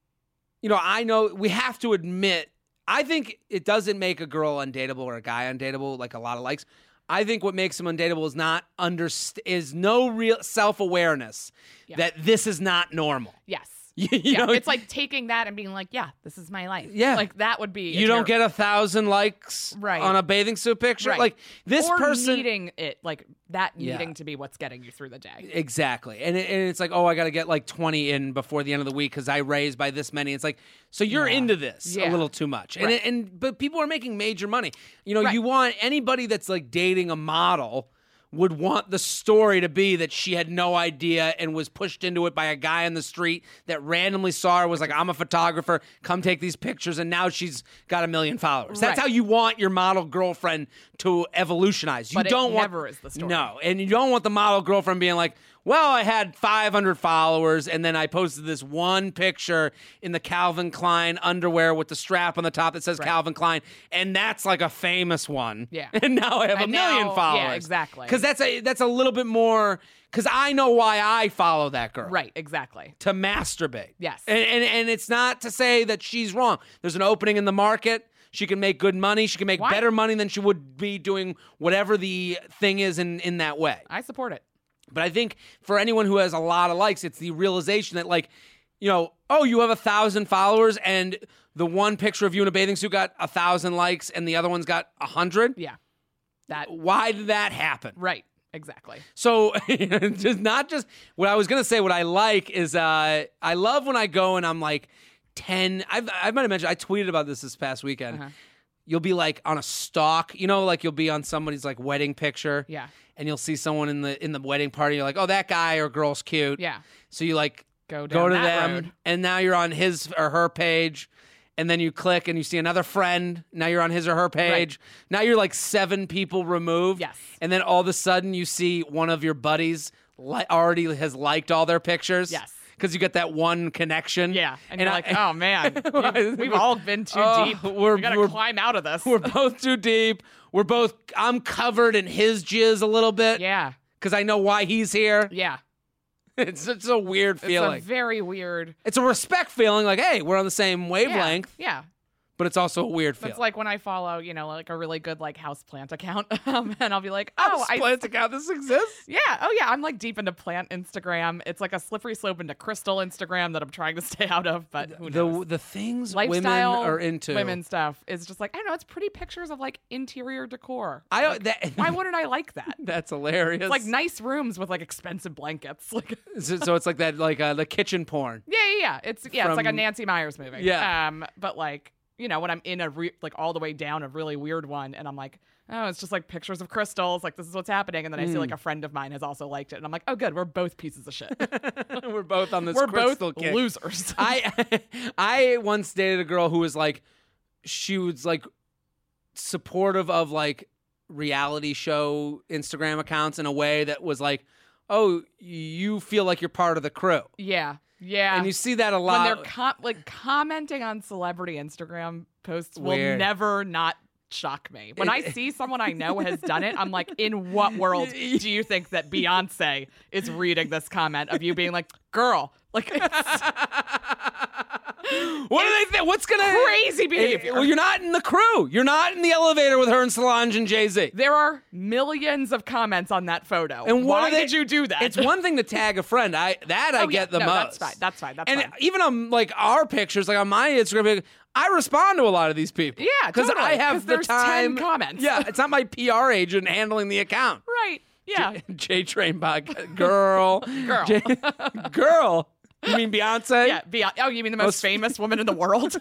B: you know, I know we have to admit, I think it doesn't make a girl undateable or a guy undateable like a lot of likes. I think what makes them undateable is not underst- is no real self awareness
C: Yeah.
B: that this is not normal.
C: Yes.
B: You,
C: yeah,
B: know,
C: it's like taking that and being like, yeah, this is my life.
B: Yeah.
C: Like that would be. a
B: you don't
C: terror-
B: get a thousand likes
C: Right.
B: on a bathing suit picture.
C: Right.
B: Like this
C: or
B: person
C: needing it, like that
B: Yeah.
C: needing to be what's getting you through the day.
B: Exactly. And, it, and it's like, oh, I got to get like 20 in before the end of the week because I raised by this many. It's like, so you're into this a
C: Yeah.
B: little too much. And,
C: Right.
B: and but people are making major money. You know,
C: Right.
B: you want anybody that's like dating a model would want the story to be that she had no idea and was pushed into it by a guy on the street that randomly saw her was like I'm a photographer come take these pictures and now she's got a million followers. That's
C: Right.
B: how you want your model girlfriend to evolutionize. You
C: But it
B: don't want
C: never is the story.
B: No, and you don't want the model girlfriend being like, "Well, I had 500 followers, and then I posted this one picture in the Calvin Klein underwear with the strap on the top that says Calvin Klein, and that's like a famous one.
C: Yeah.
B: and now I have a
C: And
B: million
C: now- yeah,
B: followers.
C: exactly.
B: Because that's a that's a little bit more. Because I know why I follow that girl.
C: Right. Exactly.
B: To masturbate.
C: Yes.
B: And, and and it's not to say that she's wrong. There's an opening in the market. She can make good money. She can make
C: Why-
B: better money than she would be doing whatever the thing is in in that way.
C: I support it.
B: But I think for anyone who has a lot of likes, it's the realization that like, you know, oh, you have a thousand followers and the one picture of you in a bathing suit got a thousand likes and the other one's got a hundred.
C: Yeah. That.
B: Why did that happen?
C: Right. Exactly.
B: So just not just what I was gonna say. What I like is uh, I love when I go and I'm like ten. I've, I might have mentioned I tweeted about this this past weekend.
C: Uh-huh.
B: You'll be like on a stalk, you know, like you'll be on somebody's like wedding picture,
C: Yeah.
B: and you'll see someone in the in the wedding party. You're like, oh, that guy or girl's cute,
C: Yeah.
B: So you like
C: Go down
B: go to
C: that
B: them,
C: road.
B: and now you're on his or her page. And then you click and you see another friend. Now you're on his or her page. Now you're like seven people removed.
C: Yes.
B: And then all of a sudden you see one of your buddies li- already has liked all their pictures.
C: Yes.
B: Because you get that one connection.
C: Yeah. And, you're
B: I-
C: like, oh man, we've, we've all been too
B: Oh,
C: deep.
B: we're-
C: we gotta
B: we're-
C: climb out of this.
B: we're both too deep. We're both, I'm covered in his jizz a little bit.
C: yeah.
B: Because I know why he's here.
C: Yeah.
B: It's such a weird feeling.
C: It's a very weird.
B: it's a respect feeling like, hey, we're on the same wavelength,
C: Yeah. yeah.
B: but it's also a weird feeling.
C: It's like when I follow, you know, like a really good like house plant account, um, and I'll be like, oh, I
B: plant account. This exists.
C: Yeah. Oh, yeah. I'm like deep into plant Instagram. It's like a slippery slope into crystal Instagram that I'm trying to stay out of, but who knows?
B: The the things
C: Lifestyle
B: women are into.
C: women stuff is just like I don't know. It's pretty pictures of like interior decor.
B: I that,
C: Why wouldn't I like that?
B: that's hilarious.
C: It's like nice rooms with like expensive blankets. Like
B: so, so it's like that like uh, the kitchen porn.
C: yeah, yeah, yeah. It's yeah. It's like a
B: From-
C: Nancy Myers movie.
B: Yeah.
C: Um, but like you know when I'm in a re- like all the way down a really weird one, and I'm like. Oh, it's just like pictures of crystals. Like this is what's happening, and then I see
B: Mm.
C: like a friend of mine has also liked it, and I'm like, oh, good, we're both pieces of shit.
B: We're both on this.
C: we're both
B: crystal kick.
C: losers.
B: I I once dated a girl who was like she was like supportive of like reality show Instagram accounts in a way that was like, oh, you feel like you're part of the crew,
C: Yeah, yeah.
B: and you see that a
C: when
B: lot.
C: they're com- like commenting on celebrity Instagram posts will
B: Weird.
C: never not shock me. When I see someone I know has done it, I'm like, in what world do you think that Beyonce is reading this comment of you being like, girl, like it's
B: what do they think? What's gonna
C: crazy
B: It-
C: behavior?
B: well, you're not in the crew. You're not in the elevator with her and Solange and Jay Z.
C: there are millions of comments on that photo.
B: And what
C: why
B: are they-
C: did you do that?
B: It's one thing to tag a friend. I that I
C: Oh, yeah.
B: get the
C: No,
B: most.
C: that's fine. That's fine. That's
B: and
C: fine.
B: even on like our pictures, like on my Instagram, I respond to a lot of these people.
C: Yeah,
B: because I
C: totally. 'Cause
B: have the
C: there's 10
B: time.
C: comments.
B: Yeah, it's not my PR agent handling the account.
C: right. Yeah.
B: J Train by girl,
C: Girl.
B: J- girl. You mean Beyonce?
C: Yeah, Beyonce. Oh, you mean the most
B: Most-
C: famous woman in the world?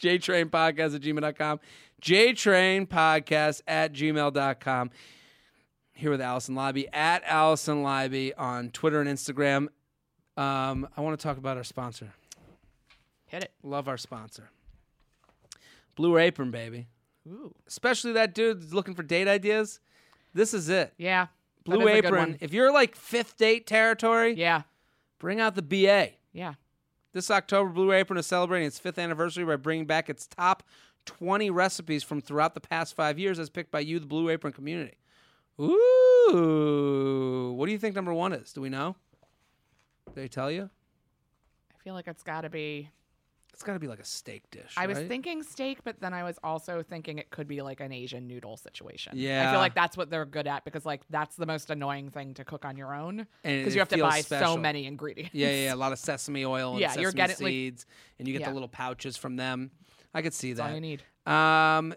B: JTrain Podcast at gmail.com. JTrain Podcast at gmail.com. Here with Allison Lobby at Allison Lobby on Twitter and Instagram. Um, I want to talk about our sponsor.
C: Hit it.
B: Love our sponsor. Blue Apron, baby.
C: Ooh.
B: Especially that dude that's looking for date ideas. This is it.
C: Yeah. that
B: Blue
C: is a good
B: Apron.
C: one.
B: If you're like fifth date territory,
C: Yeah.
B: bring out the BA.
C: Yeah.
B: This October, Blue Apron is celebrating its fifth anniversary by bringing back its top 20 recipes from throughout the past five years as picked by you, the Blue Apron community. Ooh. What do you think number one is? Do we know? Did they tell you?
C: I feel like it's got to be.
B: It's got to be like a steak dish.
C: I was
B: right?
C: thinking steak, but then I was also thinking it could be like an Asian noodle situation. I
B: Yeah.
C: feel like that's what they're good at because like that's the most annoying thing to cook on your own
B: And
C: because
B: it
C: you have to
B: feels
C: buy
B: special.
C: so many ingredients.
B: Yeah, yeah, yeah, a lot of sesame oil and
C: Yeah,
B: sesame
C: you're getting, like-
B: seeds, and you get
C: Yeah.
B: the little pouches from them. I could see
C: That's all
B: that.
C: you need.
B: Um,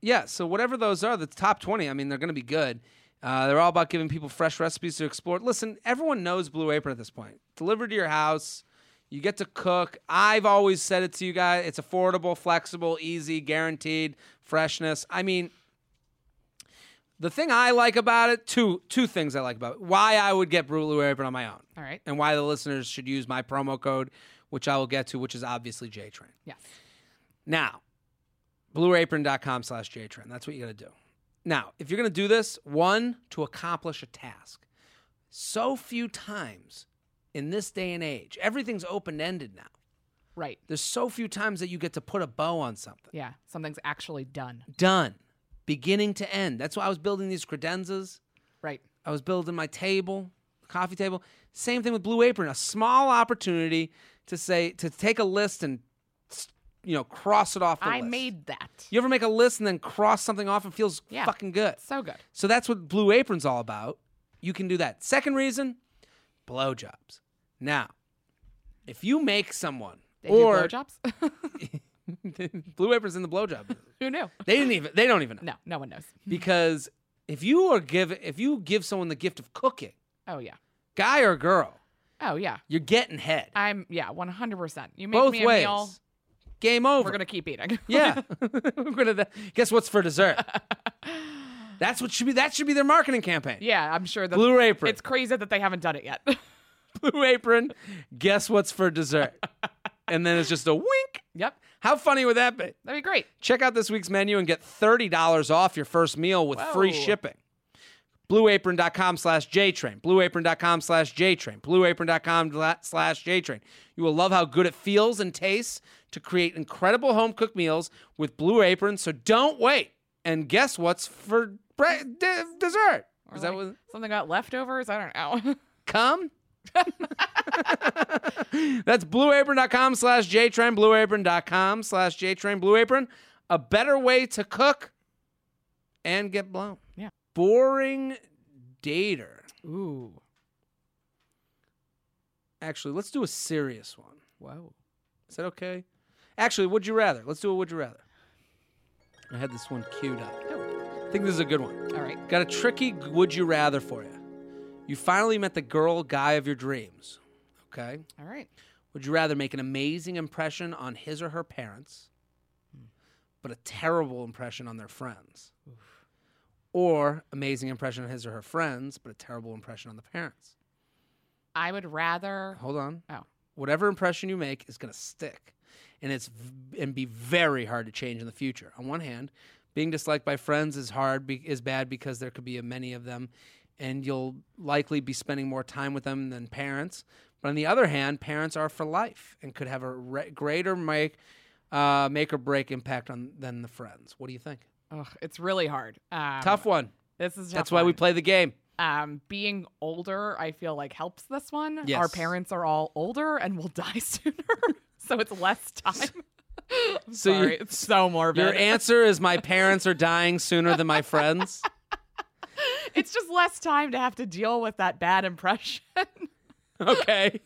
B: yeah. So whatever those are, the top twenty. I mean, they're going to be good. Uh, they're all about giving people fresh recipes to explore. Listen, everyone knows Blue Apron at this point. Delivered to your house. You get to cook. I've always said it to you guys. It's affordable, flexible, easy, guaranteed freshness. I mean, the thing I like about it, two two things I like about it. Why I would get Blue Apron on my own
C: All right.
B: and why the listeners should use my promo code, which I will get to, which is obviously JTrain.
C: Yes.
B: Now, blueapron.com slash JTrain. That's what you got to do. Now, if you're going to do this, one, to accomplish a task. So few times in this day and age, everything's open ended now.
C: Right.
B: There's so few times that you get to put a bow on something.
C: Yeah. Something's actually done.
B: Done, beginning to end. That's why I was building these credenzas.
C: Right.
B: I was building my table, coffee table. Same thing with Blue Apron, a small opportunity to say to take a list and s- you know cross it off. The
C: I
B: list.
C: made that.
B: You ever make a list and then cross something off and feels
C: Yeah.
B: fucking good?
C: So good.
B: So that's what Blue Apron's all about. You can do that. Second reason, blowjobs. Now, if you make someone
C: They
B: or
C: do blowjobs.
B: Blue Apron's in the blowjob, business.
C: Who knew?
B: they didn't even they don't even know
C: No, no one knows.
B: because if you are give if you give someone the gift of cooking,
C: Oh yeah.
B: guy or girl,
C: Oh yeah.
B: You're getting head.
C: I'm yeah, 100%. You make
B: Both
C: me a
B: ways.
C: meal,
B: Game over.
C: we're going to keep eating.
B: yeah. we're gonna. Guess what's for dessert? That's what should be. That should be their marketing campaign.
C: yeah, I'm sure that
B: Blue apron.
C: It's crazy that they haven't done it yet.
B: Blue apron. Guess what's for dessert? and then it's just a wink.
C: yep.
B: How funny would that be?
C: That'd be great.
B: Check out this week's menu and get thirty dollars off your first meal with free
C: Whoa.
B: shipping. Blueapron.com slash JTrain. Blueapron.com slash JTrain. Blueapron.com la- slash JTrain. You will love how good it feels and tastes to create incredible home cooked meals with Blue Apron. So don't wait. And guess what's for bre- de- dessert?
C: Or
B: Is that
C: like,
B: what?
C: something got leftovers? I don't know.
B: Come? That's blueapron.com slash JTrain. Blueapron.com slash JTrain. Blue Apron. A better way to cook and get blown.
C: Yeah.
B: Boring dater.
C: Ooh.
B: Actually, let's do a serious one.
C: Whoa.
B: Is that okay? Actually, would you rather? Let's do a would you rather. I had this one queued up. I think this is a good one.
C: All right.
B: Got a tricky g- would you rather for you. You finally met the girl guy of your dreams. Okay.
C: All right.
B: Would you rather make an amazing impression on his or her parents, but a terrible impression on their friends? Or amazing impression on his or her friends, but a terrible impression on the parents?
C: I would rather
B: Hold on.
C: Oh.
B: Whatever impression you make is going to stick and it's v- and be very hard to change in the future. On one hand, being disliked by friends is hard be, is bad because there could be a many of them and you'll likely be spending more time with them than parents. But on the other hand, parents are for life and could have a re- greater make uh, make or break impact on than the friends. What do you think?
C: Ugh, it's really hard. Um,
B: tough one.
C: This is a
B: That's
C: tough
B: why we
C: one.
B: play the game.
C: Um, being older, I feel like helps this one. Our
B: Yes.
C: parents are all older and will die sooner, so it's less time. I'm
B: So you're-
C: sorry, it's so morbid.
B: Your answer is my parents are dying sooner than my friends.
C: it's just less time to have to deal with that bad impression.
B: Okay.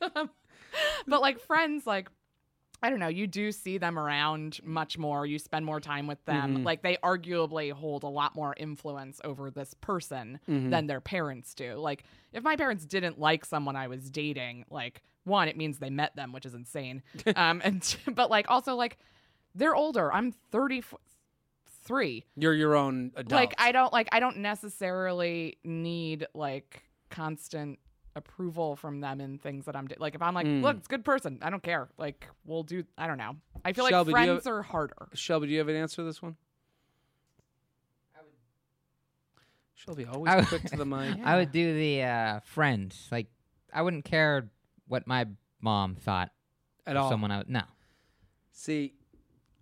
C: but like friends, like I don't know, you do see them around much more. You spend more time with them. Like they arguably hold a lot more influence over this person than their parents do. Like if my parents didn't like someone I was dating, like one, it means they met them, which is insane. um, and two- but like also like they're older. I'm thirty three.
B: You're your own adult.
C: Like I don't like I don't necessarily need like constant approval from them in things that I'm do- like if I'm like
B: Hmm.
C: look it's a good person I don't care like we'll do I don't know I feel
B: Shelby, do
C: like
B: you
C: friends
B: have-
C: are harder
B: Shelby, do you have an answer to this one? Shelby, always
D: I would-
B: quick to the mic.
D: I would do the uh, friends. Like, I wouldn't care what my mom thought
B: At
D: of
B: all.
D: someone. I would, no,
B: See,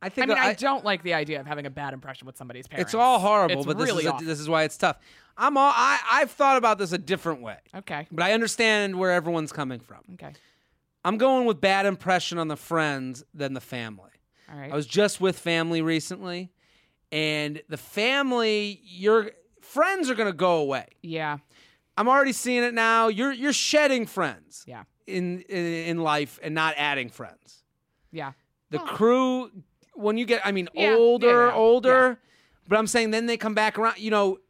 B: I
C: I
B: think
C: mean I, don't like the idea of having a bad impression with somebody's parents
B: it's all horrible,
C: It's
B: but
C: really
B: this, is
C: awful.
B: this is why it's tough. I'm all, I, I've thought about this a different way,
C: okay
B: but I understand where everyone's coming from.
C: okay
B: I'm going with bad impression on the friends than the family.
C: All right.
B: I was just with family recently, and the family, your friends are going to go away.
C: yeah.
B: I'm already seeing it now. You're you're shedding friends
C: Yeah.
B: in in, in life and not adding friends.
C: Yeah.
B: The crew, when you get, I mean,
C: Yeah, yeah,
B: older,
C: yeah,
B: older, but I'm saying then they come back around. You know,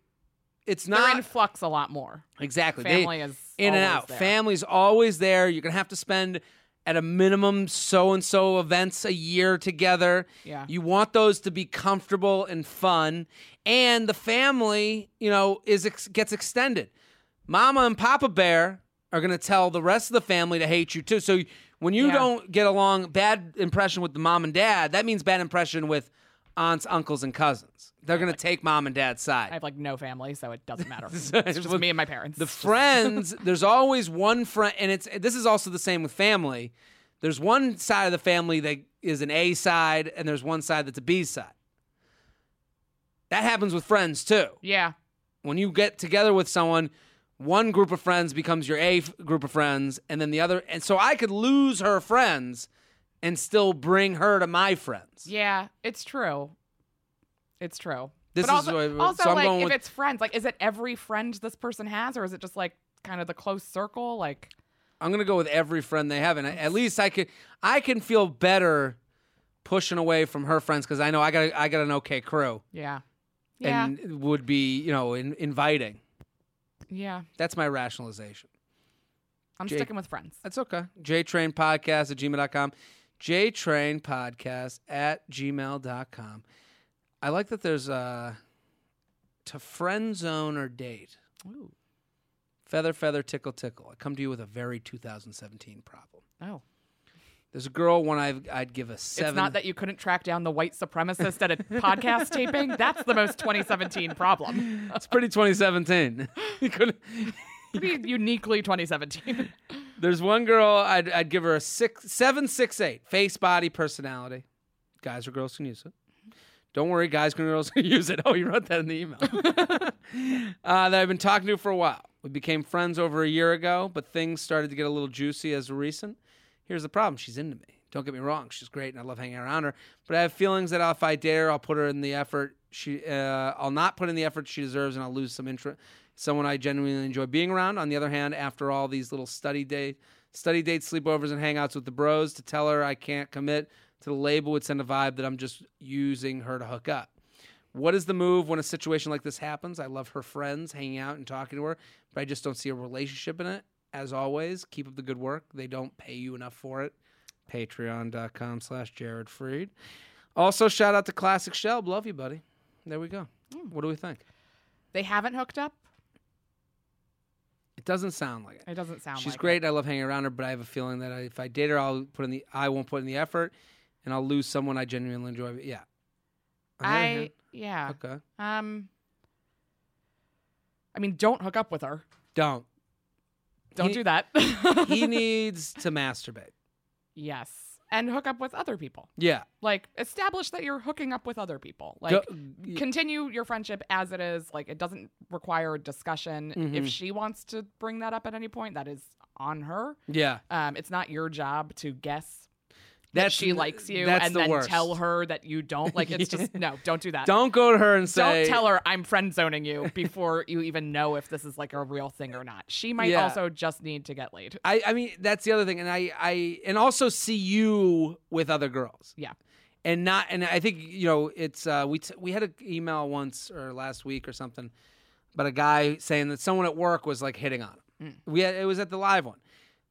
B: it's
C: They're
B: not
C: in flux a lot more.
B: exactly they-
C: Family is
B: in and
C: always
B: out.
C: there.
B: Family's always there. You're gonna have to spend at a minimum so and so events a year together.
C: Yeah.
B: You want those to be comfortable and fun, and the family, you know, is ex- gets extended. Mama and Papa Bear are gonna tell the rest of the family to hate you too. So when you
C: Yeah.
B: don't get along, bad impression with the mom and dad. That means bad impression with aunts, uncles, and cousins. They're gonna take mom and dad's side.
C: I have like no family, so it doesn't matter. it's just me and my parents.
B: The friends, there's always one friend, and it's this is also the same with family. There's one side of the family that is an A side, and there's one side that's a B side. That happens with friends too.
C: yeah.
B: When you get together with someone, one group of friends becomes your A f- group of friends, and then the other. And so I could lose her friends and still bring her to my friends.
C: Yeah. It's true. It's true.
B: This
C: but
B: is
C: also,
B: what-
C: also
B: so I'm
C: like
B: going
C: if
B: with-
C: it's friends, like is it every friend this person has, or is it just like kind of the close circle? Like
B: I'm gonna go with every friend they have, and at least I could I can feel better pushing away from her friends because I know I got I got an okay crew
C: yeah. Yeah.
B: and would be you know in, inviting.
C: yeah.
B: That's my rationalization.
C: I'm
B: Jake-
C: sticking with friends.
B: That's okay. JTrain podcast at gmail.com. JTrain podcast at gmail.com. I like that there's a to friend zone or date.
C: Ooh.
B: Feather, feather, tickle, tickle. I come to you with a very 2017 problem.
C: Oh.
B: There's a girl one I've, I'd give a seven.
C: It's not that you couldn't track down the white supremacist at a podcast taping. That's the most 2017 problem.
B: It's pretty 2017. You couldn't-
C: Pretty uniquely 2017.
B: There's one girl I'd, I'd give her a six, seven, six, eight. Face, body, personality. Guys or girls can use it. Don't worry, guys and girls can use it. Oh, you wrote that in the email. uh, that I've been talking to for a while. We became friends over a year ago, but things started to get a little juicy as of recent. Here's the problem: she's into me. Don't get me wrong; she's great, and I love hanging around her. But I have feelings that if I dare, I'll put her in the effort. She, uh, I'll not put in the effort she deserves, and I'll lose some interest. Someone I genuinely enjoy being around. On the other hand, after all these little study day, study dates, sleepovers, and hangouts with the bros, to tell her I can't commit to the label would send a vibe that I'm just using her to hook up. What is the move when a situation like this happens? I love her friends, hanging out and talking to her, but I just don't see a relationship in it. As always, keep up the good work. They don't pay you enough for it. Patreon.com slash Jared Freed. Also, shout out to Classic Shelb. Love you, buddy. There we go. What do we think?
C: They haven't hooked up.
B: It doesn't sound like it.
C: It doesn't sound
B: She's
C: like
B: great. I love hanging around her, but I have a feeling that I, if I date her, I'll put in the I won't put in the effort, and I'll lose someone I genuinely enjoy. Yeah.
C: It.
B: On the other
C: I
B: hand-
C: yeah.
B: okay.
C: Um I mean, don't hook up with her.
B: Don't.
C: Don't
B: He-
C: do that.
B: He needs to masturbate.
C: yes. And hook up with other people.
B: Yeah.
C: Like establish that you're hooking up with other people. Like
B: Go-
C: continue your friendship as it is. Like it doesn't require discussion.
B: Mm-hmm.
C: If she wants to bring that up at any point, that is on her.
B: yeah.
C: Um, it's not your job to guess that she likes you
B: that's
C: and
B: the
C: then
B: worst.
C: tell her that you don't. Like it's just no, don't do that.
B: Don't go to her and
C: Don't
B: say.
C: tell her I'm friend zoning you before you even know if this is like a real thing or not. She might
B: Yeah.
C: also just need to get laid.
B: I, I mean, that's the other thing, and I, I, and also see you with other girls.
C: Yeah.
B: and not and I think you know it's uh, we t- we had an email once or last week or something about a guy saying that someone at work was like hitting on
C: Mm.
B: him. We had, it was at the live one,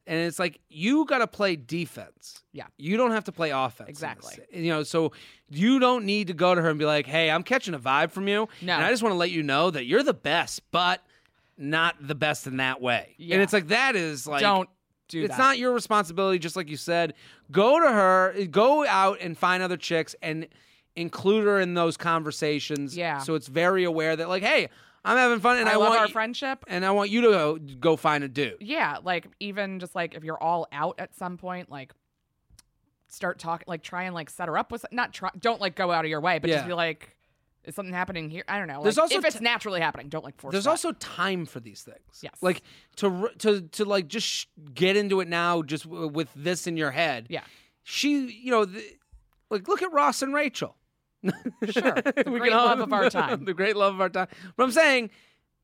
B: and it's like you got to play defense.
C: Yeah.
B: you don't have to play offense in this.
C: Exactly.
B: You know, so you don't need to go to her and be like, "Hey, I'm catching a vibe from you,
C: No.
B: and I just want to let you know that you're the best, but not the best in that way."
C: Yeah.
B: And it's like that is like
C: don't do
B: it's
C: that.
B: not your responsibility, just like you said. Go to her, go out and find other chicks and include her in those conversations.
C: Yeah.
B: So it's very aware that, like, hey, I'm having fun and I,
C: I, love
B: want
C: our
B: y-
C: friendship.
B: and I want you to go, go find a dude.
C: yeah like even just like if you're all out at some point like start talking like try and like set her up with not try don't like go out of your way but
B: Yeah.
C: just be like Is something happening here? I don't know.
B: There's
C: Like,
B: also
C: if it's
B: t-
C: naturally happening, don't like force.
B: There's
C: that.
B: also time for these things.
C: Yes.
B: Like to r- to to like just sh- get into it now, just w- with this in your head.
C: Yeah.
B: She, you know, the, like look at Ross and Rachel.
C: sure the great love of our time.
B: the great love of our time. But I'm saying,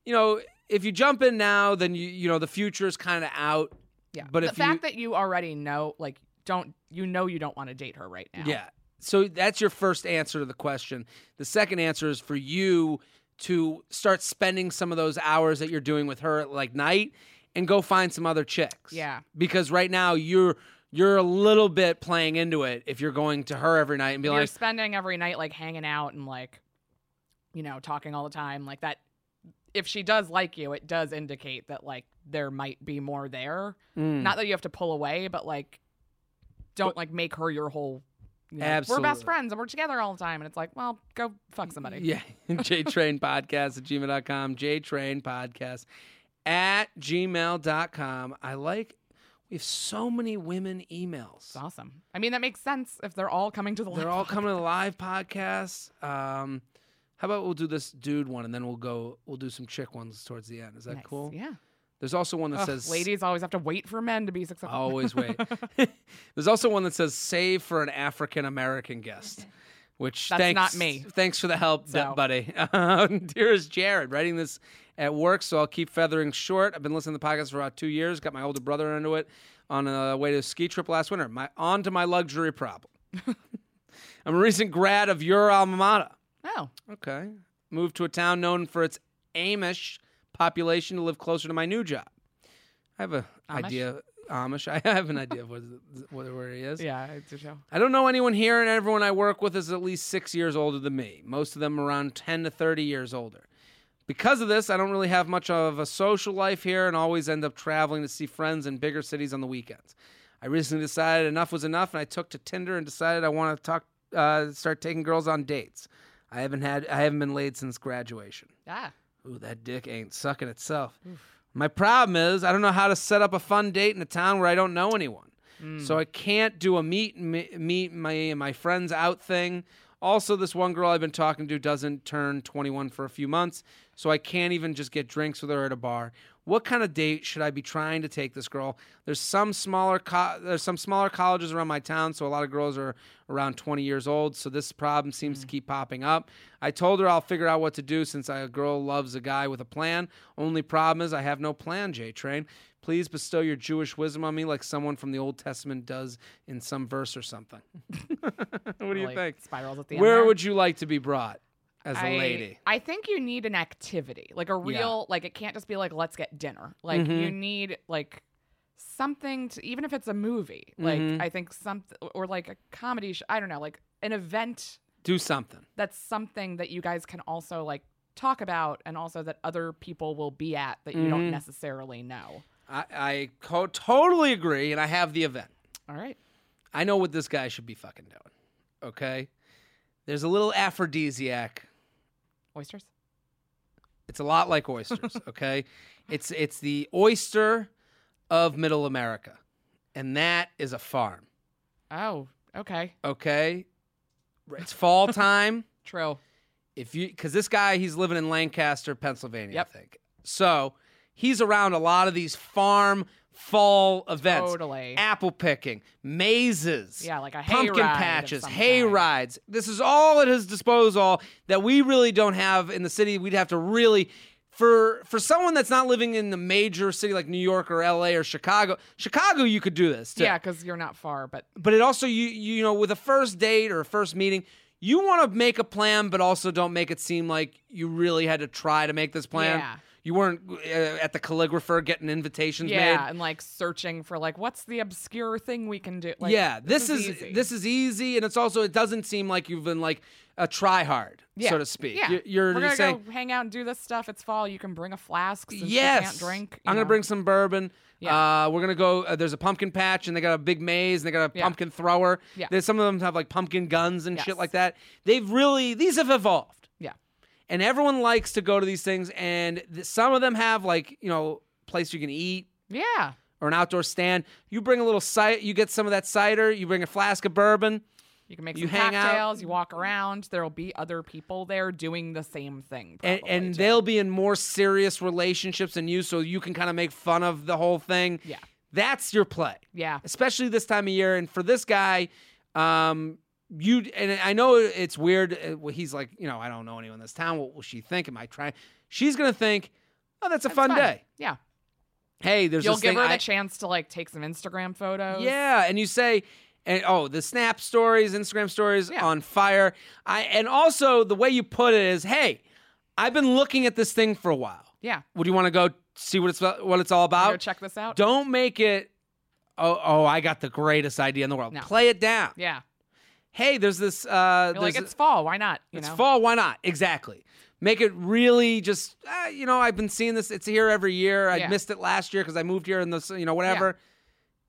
B: you know, if you jump in now, then you you know the future is kind of out.
C: Yeah,
B: But
C: the
B: if
C: fact
B: you,
C: that you already know, like, don't you know you don't want to date her right now?
B: yeah. So that's your first answer to the question. The second answer is for you to start spending some of those hours that you're doing with her at like night and go find some other chicks.
C: Yeah.
B: Because right now you're you're a little bit playing into it if you're going to her every night and be
C: you're
B: like,
C: spending every night like hanging out and like, you know, talking all the time like that. If she does like you, it does indicate that like there might be more there.
B: "Mm,
C: Not that you have to pull away, but like, don't like make her your whole. You know, We're
B: Absolutely.
C: best friends and we're together all the time, and it's like, well, go fuck somebody.
B: Yeah. JTrain Podcast at gmail.com. JTrain Podcast at gmail.com. I like, we have so many women emails.
C: It's awesome. I mean, that makes sense if they're all coming to the.
B: They're
C: live
B: all coming to the live podcasts. Um, how about we'll do this dude one and then we'll go, we'll do some chick ones towards the end. Is that
C: Nice.
B: cool?
C: Yeah.
B: There's also one that
C: Ugh,
B: says,
C: ladies always have to wait for men to be successful.
B: Always wait. There's also one that says, save for an African American guest. Which
C: That's
B: thanks,
C: not me.
B: Thanks for the help,
C: So.
B: d- buddy. Um, Dearest Jared, writing this at work, so I'll keep feathering short. I've been listening to the podcast for about two years. Got my older brother into it on a way to a ski trip last winter. My on to my luxury problem. I'm a recent grad of your alma mater.
C: oh,
B: Okay. Moved to a town known for its Amish population to live closer to my new job. I have a
C: Amish?
B: idea. Amish. I have an idea of what, what, where he is.
C: yeah, it's a show.
B: I don't know anyone here, and everyone I work with is at least six years older than me. Most of them around 10 to 30 years older. Because of this, I don't really have much of a social life here and always end up traveling to see friends in bigger cities on the weekends. I recently decided enough was enough, and I took to Tinder and decided I want to talk, uh, start taking girls on dates. I haven't had, I haven't been laid since graduation.
C: Yeah.
B: Ooh, that dick ain't sucking itself. My problem is I don't know how to set up a fun date in a town where I don't know anyone. So I can't do a meet me- meet my my friends out thing. Also, this one girl I've been talking to doesn't turn 21 for a few months, so I can't even just get drinks with her at a bar. What kind of date should I be trying to take this girl? There's some smaller co- there's some smaller colleges around my town, so a lot of girls are around 20 years old, so this problem seems
C: Mm.
B: to keep popping up. I told her I'll figure out what to do since I, a girl loves a guy with a plan. Only problem is I have no plan, J Train. Please bestow your Jewish wisdom on me like someone from the Old Testament does in some verse or something. what do you
C: Like,
B: think?
C: Spirals at the end.
B: Where
C: there.
B: would you like to be brought as a
C: I-
B: lady?
C: I think you need an activity, like a real, like it can't just be like let's get dinner. Like you
B: Mm-hmm.
C: need like something to, even if it's a movie. Like
B: Mm-hmm.
C: I think something or like a comedy. Sh- I don't know, like an event
B: Do something.
C: that's something that you guys can also like talk about, and also that other people will be at that you
B: Mm-hmm.
C: don't necessarily know.
B: I, I co- totally agree, and I have the event.
C: All right.
B: I know what this guy should be fucking doing. Okay? There's a little aphrodisiac
C: Oysters.
B: It's a lot like oysters, okay? it's it's the oyster of Middle America. And that is a farm,
C: Oh, okay.
B: okay? It's fall time.
C: True.
B: If you cuz this guy he's living in Lancaster, Pennsylvania,
C: Yep.
B: I think. So, he's around a lot of these farm fall events.
C: Totally.
B: Apple picking, mazes.
C: Yeah, like a hay
B: pumpkin
C: ride of
B: patches,
C: some
B: hay
C: kind.
B: rides. This is all at his disposal that we really don't have in the city. We'd have to really for for someone that's not living in the major city like New York or LA or Chicago. Chicago you could do this. Too.
C: Yeah, because you're not far, but
B: But it also you you know with a first date or a first meeting you want to make a plan, but also don't make it seem like you really had to try to make this plan.
C: Yeah.
B: You weren't uh, at the calligrapher getting invitations made.
C: yeah, and like searching for like what's the obscure thing we can do. Like,
B: yeah, this, is,
C: easy.
B: this is easy, and it's also it doesn't seem like you've been like a try hard, so to speak.
C: Yeah,
B: You're, you're
C: We're
B: just
C: gonna
B: saying,
C: go hang out and do this stuff. It's fall. You can bring a flask. Since
B: yes,
C: you can't drink. you
B: I'm gonna
C: know.
B: bring some bourbon.
C: Yeah.
B: Uh, we're gonna go. Uh, there's a pumpkin patch, and they got a big maze, and they got a
C: Yeah.
B: pumpkin thrower.
C: Yeah.
B: There's, some of them have like pumpkin guns and shit
C: Yes.
B: like that. They've really these have evolved.
C: Yeah,
B: and everyone likes to go to these things and th- some of them have like you know place you can eat
C: yeah,
B: or an outdoor stand you bring a little cider you get some of that cider you bring a flask of bourbon
C: You can make
B: You
C: some
B: hang out.
C: cocktails. You walk around. There will be other people there doing the same thing.
B: and,
C: Probably,
B: and
C: too.
B: they'll be in more serious relationships than you, so you can kind of make fun of the whole thing.
C: Yeah.
B: that's your play,
C: yeah,
B: especially this time of year. And for this guy, um, you and I know it's weird. uh, well, He's like, you know, I don't know anyone in this town. What will she think? Am I trying? She's gonna think, oh, that's a
C: That's
B: fun,
C: fun.
B: day.
C: yeah.
B: Hey, there's
C: You'll
B: this
C: give
B: thing
C: her the
B: I-
C: chance to like take some Instagram photos.
B: Yeah, and you say, and oh, the Snap stories, Instagram stories
C: Yeah.
B: on fire. I and also the way you put it is, hey, I've been looking at this thing for a while.
C: yeah.
B: Would you want to go see what it's what it's all
C: Go
B: about?
C: check this out.
B: Don't make it. Oh, oh, I got the greatest idea in the world.
C: No.
B: Play it down.
C: yeah,
B: Hey, there's this. Uh,
C: you're like
B: there's a-
C: it's fall. Why not? You
B: it's
C: know?
B: fall. Why not? Exactly. Make it really just. Uh, you know, I've been seeing this. It's here every year. I
C: Yeah.
B: missed it last year because I moved here and this. You know, whatever.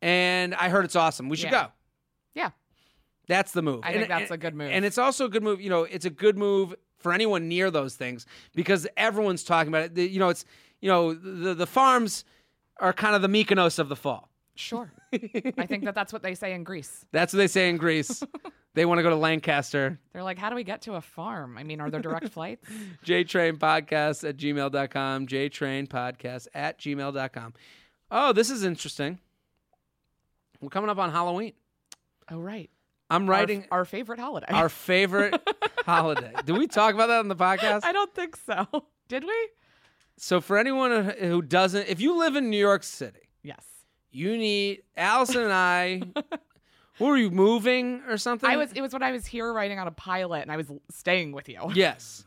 B: And I heard it's awesome. We should
C: Yeah.
B: go.
C: Yeah.
B: That's the move.
C: I
B: And-
C: think that's
B: and-
C: a good move.
B: and it's also a good move. You know, it's a good move for anyone near those things because everyone's talking about it. The- you know, it's you know the the farms are kind of the Mykonos of the fall.
C: sure. I think that that's what they say in Greece.
B: That's what they say in Greece. they want to go to Lancaster.
C: They're like, how do we get to a farm? I mean, are there direct flights?
B: JTrain podcast at gmail.com. JTrain podcast at gmail.com. Oh, this is interesting. We're coming up on Halloween.
C: Oh right,
B: I'm
C: Our-
B: writing
C: our, favorite holiday.
B: our, favorite holiday. Did we talk about that on the podcast?
C: I don't think so. Did we?
B: So for anyone who doesn't, if you live in New York City,
C: Yes.
B: you need Allison and I. were you moving or something?
C: I was. It was when I was here writing on a pilot, and I was l- staying with you.
B: Yes.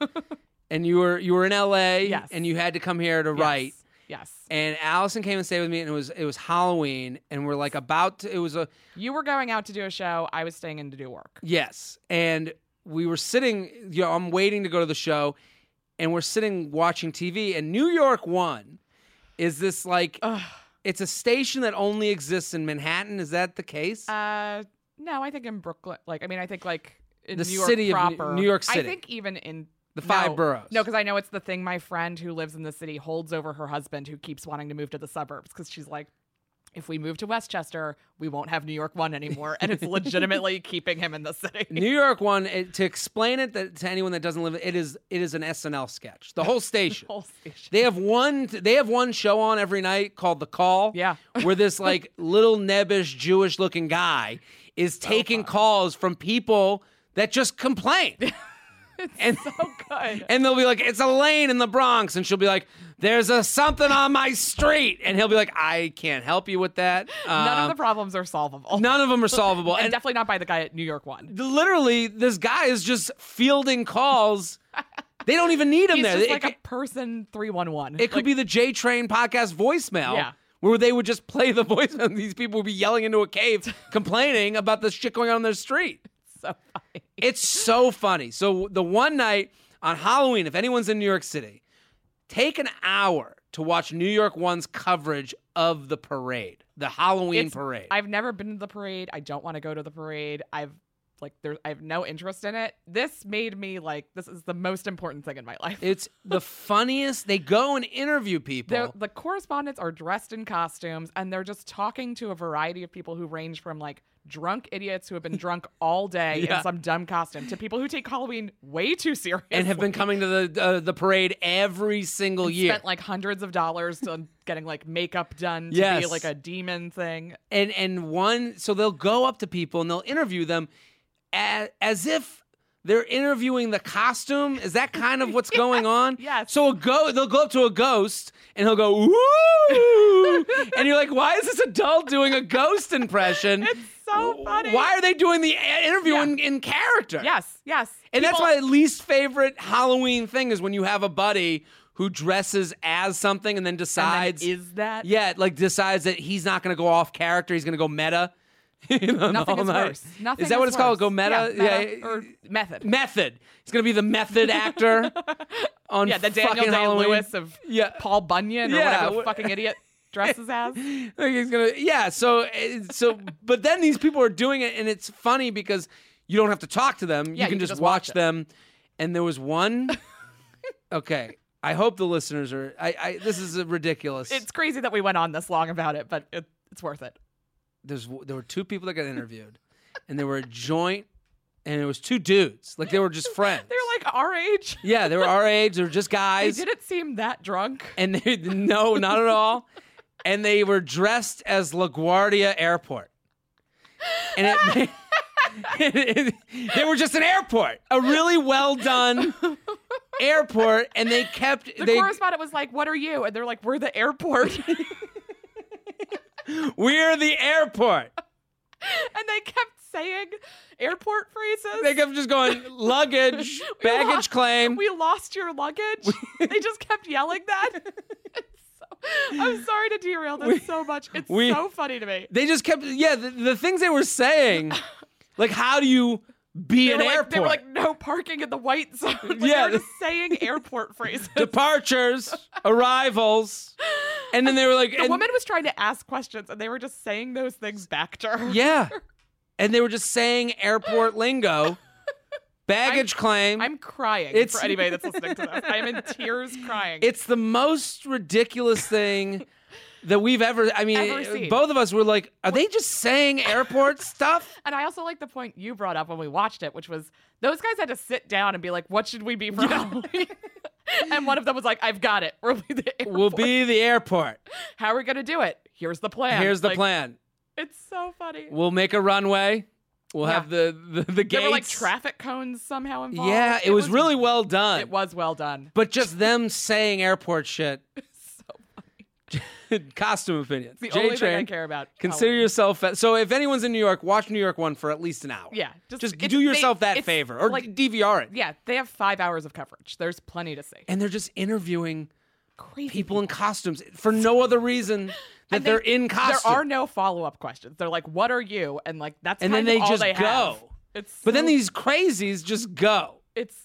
B: and you were you were in LA.
C: Yes.
B: And you had to come here to write.
C: Yes.
B: And Allison came and stayed with me, and it was it was Halloween, and we're like about to. It was a
C: You were going out to do a show. I was staying in to do work.
B: yes, and we were sitting. You know, I'm waiting to go to the show, and we're sitting watching TV. And New York One is this like it's a station that only exists in Manhattan. Is that the case?
C: Uh, no, I think in Brooklyn. Like, I mean, I think like in
B: The
C: New York
B: city of New-
C: proper.
B: New York
C: I
B: City.
C: think even in
B: The five
C: no.
B: boroughs.
C: No, because I know it's the thing my friend who lives in the city holds over her husband who keeps wanting to move to the suburbs because she's like. If we move to Westchester, we won't have New York one anymore, and it's legitimately keeping him in the city.
B: New York One. It, to explain it that, to anyone that doesn't live, it is it is an SNL sketch. The whole station.
C: Whole station.
B: They have one. They have one show on every night called The Call.
C: Yeah.
B: where this like little nebbish Jewish looking guy is taking calls from people that just complain. and
C: so good.
B: and they'll be like, "It's a lane in the Bronx," and she'll be like, "There's a something on my street," and he'll be like, "I can't help you with that."
C: None of
B: Um,
C: the problems are solvable.
B: none of them are solvable.
C: and,
B: and
C: definitely not by the guy at New York One.
B: literally, this guy is just fielding calls. They don't even need him
C: He's
B: there.
C: just
B: It
C: like
B: ca-
C: a person three one one.
B: It could be the J Train podcast voicemail.
C: Yeah.
B: Where they would just play the voicemail and these people would be yelling into a cave complaining about the shit going on in their street.
C: so funny.
B: It's so funny. So the one night on Halloween, if anyone's in New York City, take an hour to watch New York One's coverage of the parade, the Halloween
C: It's-
B: parade.
C: I've never been to the parade. I don't want to go to the parade. I've like there I have no interest in it. This made me like this is the most important thing in my life.
B: it's the funniest. They go and interview people.
C: They're- the correspondents are dressed in costumes and they're just talking to a variety of people who range from like drunk idiots who have been drunk all day
B: Yeah.
C: in some dumb costume to people who take Halloween way too serious
B: and have been coming to the uh, the parade every single year.
C: spent like hundreds of dollars on getting like makeup done to be
B: Yes.
C: like a demon thing.
B: and and one so they'll go up to people and they'll interview them as, as if they're interviewing the costume is that kind of what's going on
C: yes.
B: so a go they'll go up to a ghost and he'll go ooh and you're like why is this adult doing a ghost impression
C: It's so funny.
B: why are they doing the a- interview
C: Yeah.
B: in, in character
C: Yes, yes.
B: and that's
C: People-
B: my least favorite halloween thing is when you have a buddy who dresses as something and then
C: and
B: decides
C: then is that
B: yeah, it, like decides that he's not going to go off character. He's going to go meta. you know, the
C: Nothing
B: whole
C: is
B: night.
C: worse. Nothing
B: is that what it's called?
C: worse.
B: Go meta.
C: Yeah, meta or method.
B: method. He's going to be the method actor on
C: yeah, the
B: fucking
C: Daniel Day
B: Halloween.
C: Lewis of
B: Yeah.
C: Paul Bunyan or
B: Yeah,
C: whatever
B: what-
C: fucking idiot dresses as.
B: Like, he's gonna yeah. So uh, so, but then these people are doing it, and it's funny because you don't have to talk to them.
C: Yeah,
B: you can just, watch,
C: watch it.
B: them. And there was one. okay, I hope the listeners are. I, I this is a ridiculous.
C: It's crazy that we went on this long about it, but it, it's worth it.
B: there's there were two people that got interviewed, and they were a joint and it was two dudes. Like they were just friends.
C: They're like our age.
B: yeah, they were our age. They were just
C: They
B: guys.
C: didn't seem that drunk.
B: and they no, not at all. And they were dressed as LaGuardia Airport. And it, made, they were just an airport, a really well done airport. And they kept
C: The
B: they
C: correspondent was like, "What are you?" And they're like, "We're the airport." and
B: we're the airport.
C: they kept saying airport phrases.
B: They kept just going luggage,
C: We
B: baggage
C: lost-
B: claim.
C: We lost your luggage. they just kept yelling that. It's so- I'm sorry to derail this so much. It's
B: we-
C: so funny to me.
B: They just kept yeah the, the things they were saying, like how do you be
C: They
B: an
C: were, like,
B: airport?
C: they were like, no parking in the white zone. Like,
B: Yeah.
C: They were just saying airport phrases.
B: departures, arrivals, and then they were like
C: The
B: and-
C: woman was trying to ask questions and they were just saying those things back to her.
B: Yeah. And they were just saying airport lingo, baggage claim.
C: I'm crying
B: It's-
C: for anybody that's listening to this. I'm in tears crying.
B: it's the most ridiculous thing that we've ever. I mean,
C: Ever seen.
B: both of us were like, are they just saying airport stuff?
C: and I also like the point you brought up when we watched it, which was those guys had to sit down and be like, what should we be from? and one of them was like, I've got it. We'll be the airport.
B: Will be the airport.
C: How are we going to do it? Here's the plan.
B: Here's the
C: Like,
B: plan.
C: It's so funny.
B: We'll make a runway. We'll
C: Yeah.
B: have the the, the gates.
C: There were like traffic cones somehow involved.
B: Yeah, it, was, really well done.
C: It was well done.
B: But just them saying airport shit.
C: So
B: Costume opinions.
C: it's the
B: J
C: only
B: train.
C: thing I care about.
B: Consider yourself. So if anyone's in New York, watch New York one for at least an hour.
C: Yeah,
B: Just,
C: just- it's-
B: do yourself
C: they-
B: that
C: it's
B: favor or
C: like-
B: DVR it.
C: Yeah, they have five hours of coverage. There's plenty to see.
B: And they're just interviewing
C: Crazy
B: people in costumes for no other reason that
C: And they-
B: they, are in costume.
C: There are no follow up questions. They're like, "What are you?" And like that's
B: And
C: kind
B: then
C: of
B: they
C: all
B: just
C: they have.
B: go.
C: It's
B: but then
C: so-
B: these crazies just go.
C: it's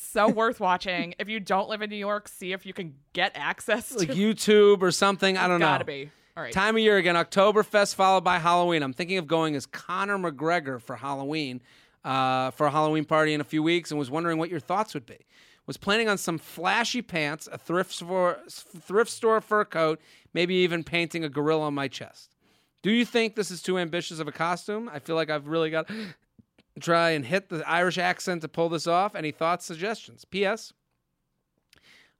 C: so worth watching. If you don't live in New York, see if you can get access. To
B: Like YouTube or something. I don't
C: gotta
B: know.
C: be all right.
B: Time of year again, Oktoberfest followed by Halloween. I'm thinking of going as Conor McGregor for Halloween, uh, for a Halloween party in a few weeks, and was wondering what your thoughts would be. Was planning on some flashy pants, a thrift store, thrift store fur coat, maybe even painting a gorilla on my chest. Do you think this is too ambitious of a costume? I feel like I've really got to try and hit the Irish accent to pull this off. Any thoughts, suggestions? P.S.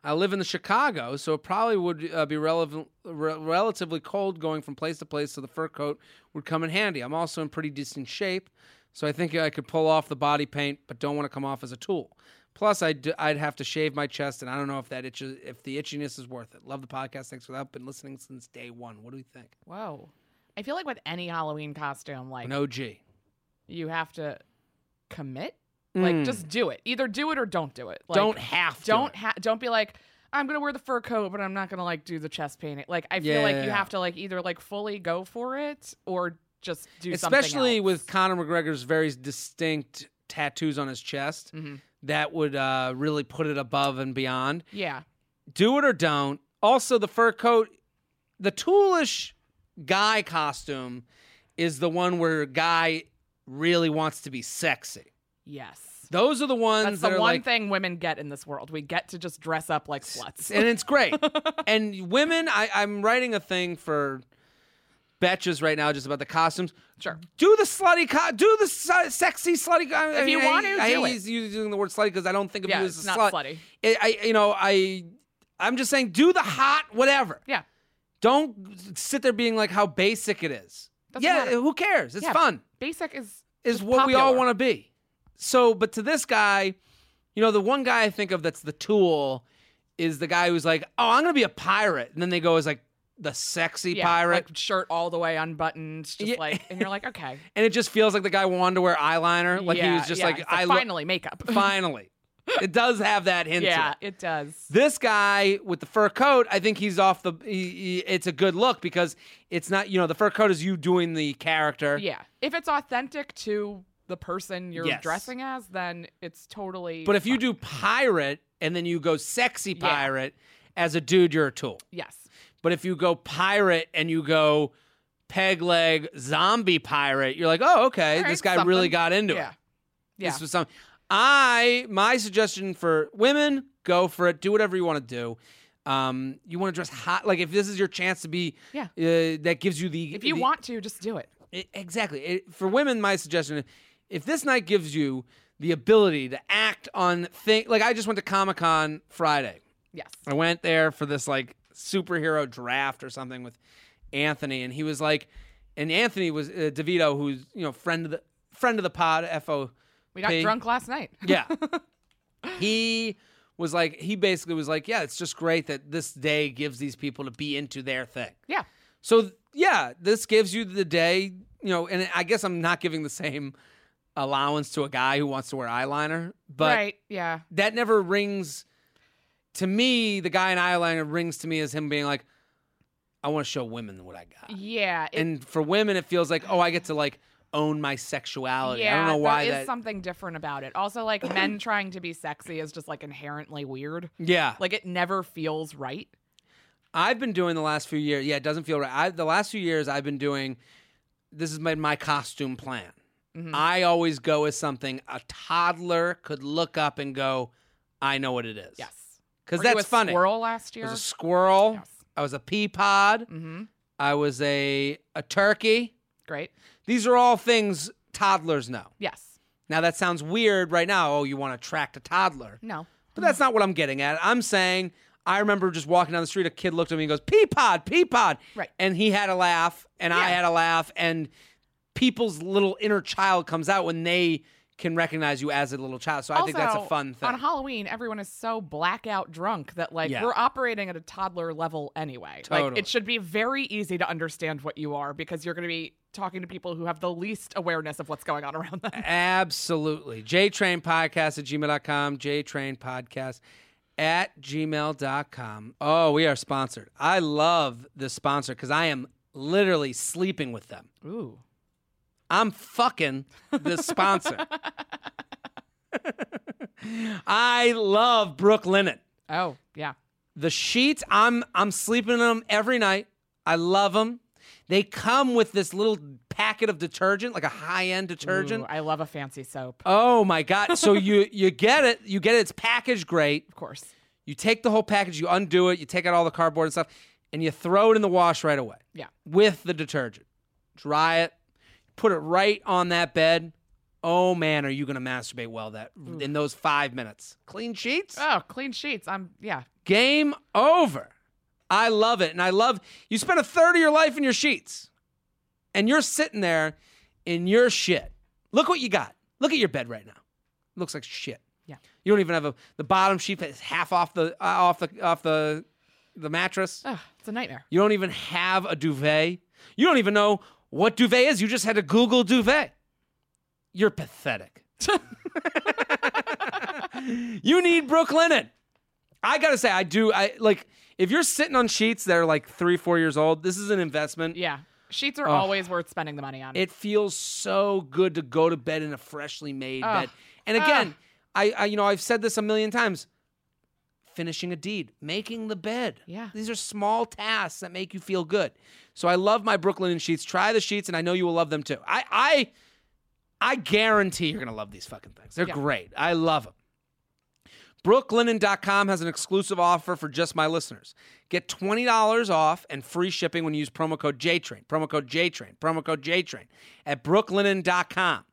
B: I live in the Chicago, so it probably would uh, be relevant, re- relatively cold going from place to place, so the fur coat would come in handy. I'm also in pretty decent shape, so I think I could pull off the body paint, but don't want to come off as a tool. Plus, I'd, d- I'd have to shave my chest, and I don't know if that itch- if the itchiness is worth it. Love the podcast. Thanks for that. Been listening since day one. What do we think?
C: Whoa, I feel like with any Halloween costume, like
B: An OG.
C: you have to commit. Like just do it. Either do it or don't do it. Like,
B: Hmm. Don't have to.
C: Don't ha- don't be like I'm gonna wear the fur coat, but I'm not gonna like do the chest painting. Like I feel like you
B: Yeah.
C: have to like either like fully go for it or just do something.
B: especially
C: else.
B: with Conor McGregor's very distinct tattoos on his chest.
C: Mm-hmm.
B: That would uh, really put it above and beyond.
C: yeah.
B: do it or don't. Also, the fur coat, the toolish guy costume is the one where guy really wants to be sexy.
C: Yes.
B: Those are the ones
C: That's
B: that
C: the
B: are
C: one
B: like,
C: thing women get in this world. We get to just dress up like sluts.
B: and it's great. and women, I, I'm writing a thing for Betches right now, just about the costumes.
C: Sure.
B: Do the slutty, co- do the su- sexy slutty. I, if I
C: you
B: mean,
C: want
B: I,
C: to,
B: I
C: do
B: hate
C: it.
B: using the word slutty because I don't think of
C: Yeah,
B: you as
C: it's
B: a slut.
C: not slutty.
B: I, I, you know, I, I'm just saying, do the hot whatever.
C: Yeah.
B: Don't sit there being like how basic it is.
C: Doesn't
B: yeah,
C: matter.
B: who cares? It's
C: Yeah.
B: fun.
C: Basic is
B: Is
C: just
B: what we all
C: popular.
B: want to be. So, but to this guy, you know, the one guy I think of that's the tool is the guy who's like, "Oh, I'm gonna be a pirate," and then they go as like the sexy
C: yeah,
B: pirate,
C: like, shirt all the way unbuttoned, just
B: Yeah.
C: like and you're like, okay.
B: and it just feels like the guy wanted to wear eyeliner, like
C: yeah,
B: he was just
C: yeah.
B: like,
C: It's
B: "I look
C: finally makeup.
B: finally." it does have that hint. to
C: yeah,
B: it.
C: it does.
B: This guy with the fur coat, I think he's off the. He, he- it's a good look because it's not, you know, the fur coat is you doing the character.
C: Yeah. If it's authentic to the person you're
B: Yes.
C: dressing as, then it's totally
B: But if you do pirate and then you go sexy
C: Yeah.
B: pirate as a dude, you're a tool.
C: Yes.
B: But if you go pirate and you go peg leg zombie pirate, you're like, oh, okay,
C: All
B: this
C: right,
B: guy really
C: something.
B: got into
C: Yeah.
B: it.
C: Yeah.
B: This was some. I my suggestion for women, go for it. Do whatever you want to do. Um, you want to dress hot, like if this is your chance to be,
C: Yeah.
B: Uh, that gives you the. e,
C: if you
B: the-
C: want to, just do it.
B: I- exactly it, for women, my suggestion if this night gives you the ability to act on thing like I just went to Comic Con Friday.
C: Yes.
B: I went there for this like superhero draft or something with Anthony, and he was like, and Anthony was uh, Devito, who's you know friend of the friend of the pod, FO.
C: We got drunk last night.
B: Yeah. he was like, he basically was like, yeah, it's just great that this day gives these people to be into their thing.
C: Yeah.
B: So th- yeah, this gives you the day, you know, and I guess I'm not giving the same allowance to a guy who wants to wear eyeliner, but
C: right. Yeah.
B: that never rings to me. The guy in eyeliner rings to me as him being like, I want to show women what I got.
C: Yeah. it-
B: And for women, it feels like, oh, I get to like own my sexuality.
C: yeah,
B: I don't know why
C: there is
B: that.
C: something different about it. Also, like men trying to be sexy is just like inherently weird.
B: yeah,
C: Like it never feels right.
B: I've been doing the last few years. Yeah, it doesn't feel right. I, the last few years, I've been doing. This is my, my costume plan.
C: Mm-hmm.
B: I always go as something a toddler could look up and go, "I know what it is."
C: Yes.
B: because
C: Were you
B: that's
C: a
B: funny.
C: Squirrel last
B: I
C: year.
B: was a squirrel.
C: Yes.
B: I was a pea pod.
C: mm-hmm.
B: I was a a turkey.
C: Great.
B: These are all things toddlers know.
C: Yes.
B: Now that sounds weird right now. Oh, you want to attract a toddler?
C: No.
B: But that's not what I'm getting at. I'm saying I remember just walking down the street, a kid looked at me and goes, Peapod, Peapod.
C: Right.
B: And he had a laugh, and I
C: Yeah.
B: had a laugh, and people's little inner child comes out when they can recognize you as a little child. So I think that's a
C: Also,
B: fun thing.
C: On Halloween, everyone is so blackout drunk that like
B: Yeah.
C: we're operating at a toddler level anyway. Like
B: Totally.
C: it should be very easy to understand what you are because you're going to be talking to people who have the least awareness of what's going on around them.
B: Absolutely. JTrain Podcast at gmail.com, JTrain Podcast at gmail.com. Oh, we are sponsored. I love this sponsor because I am literally sleeping with them.
C: Ooh.
B: I'm fucking the sponsor. I love Brook Linen.
C: Oh, yeah.
B: The sheets, I'm I'm sleeping in them every night. I love them. They come with this little packet of detergent, like a high-end detergent.
C: Ooh, I love a fancy soap.
B: Oh my god! So you you get it, you get it. It's packaged great.
C: Of course.
B: You take the whole package, you undo it, you take out all the cardboard and stuff, and you throw it in the wash right away
C: Yeah.
B: with the detergent. Dry it, put it right on that bed. Oh man, are you gonna masturbate well that in those five minutes? Clean sheets.
C: Oh, clean sheets. I'm yeah.
B: Game over. I love it, and I love you. Spent a third of your life in your sheets, and you're sitting there in your shit. Look what you got. Look at your bed right now. looks like shit.
C: Yeah.
B: You don't even have a the bottom sheet is half off the uh, off the off the the mattress.
C: Oh, it's a nightmare.
B: You don't even have a duvet. You don't even know what duvet is. You just had to Google duvet. You're pathetic. you need Brook Linen. I gotta say, I do. I like if you're sitting on sheets that are like three, four years old. This is an investment.
C: Yeah. Sheets are always worth spending the money on.
B: It feels so good to go to bed in a freshly made
C: Ugh.
B: bed. And again, I, I, you know, I've said this a million times. Finishing a deed, making the bed.
C: Yeah.
B: These are small tasks that make you feel good. So I love my Brooklyn sheets. Try the sheets, and I know you will love them too. I, I, I guarantee you're gonna love these fucking things. They're
C: Yeah.
B: great. I love them. Brooklinen.com has an exclusive offer for just my listeners. Get $20 off and free shipping when you use promo code JTRAIN, promo code JTRAIN, promo code JTRAIN at brooklinen.com.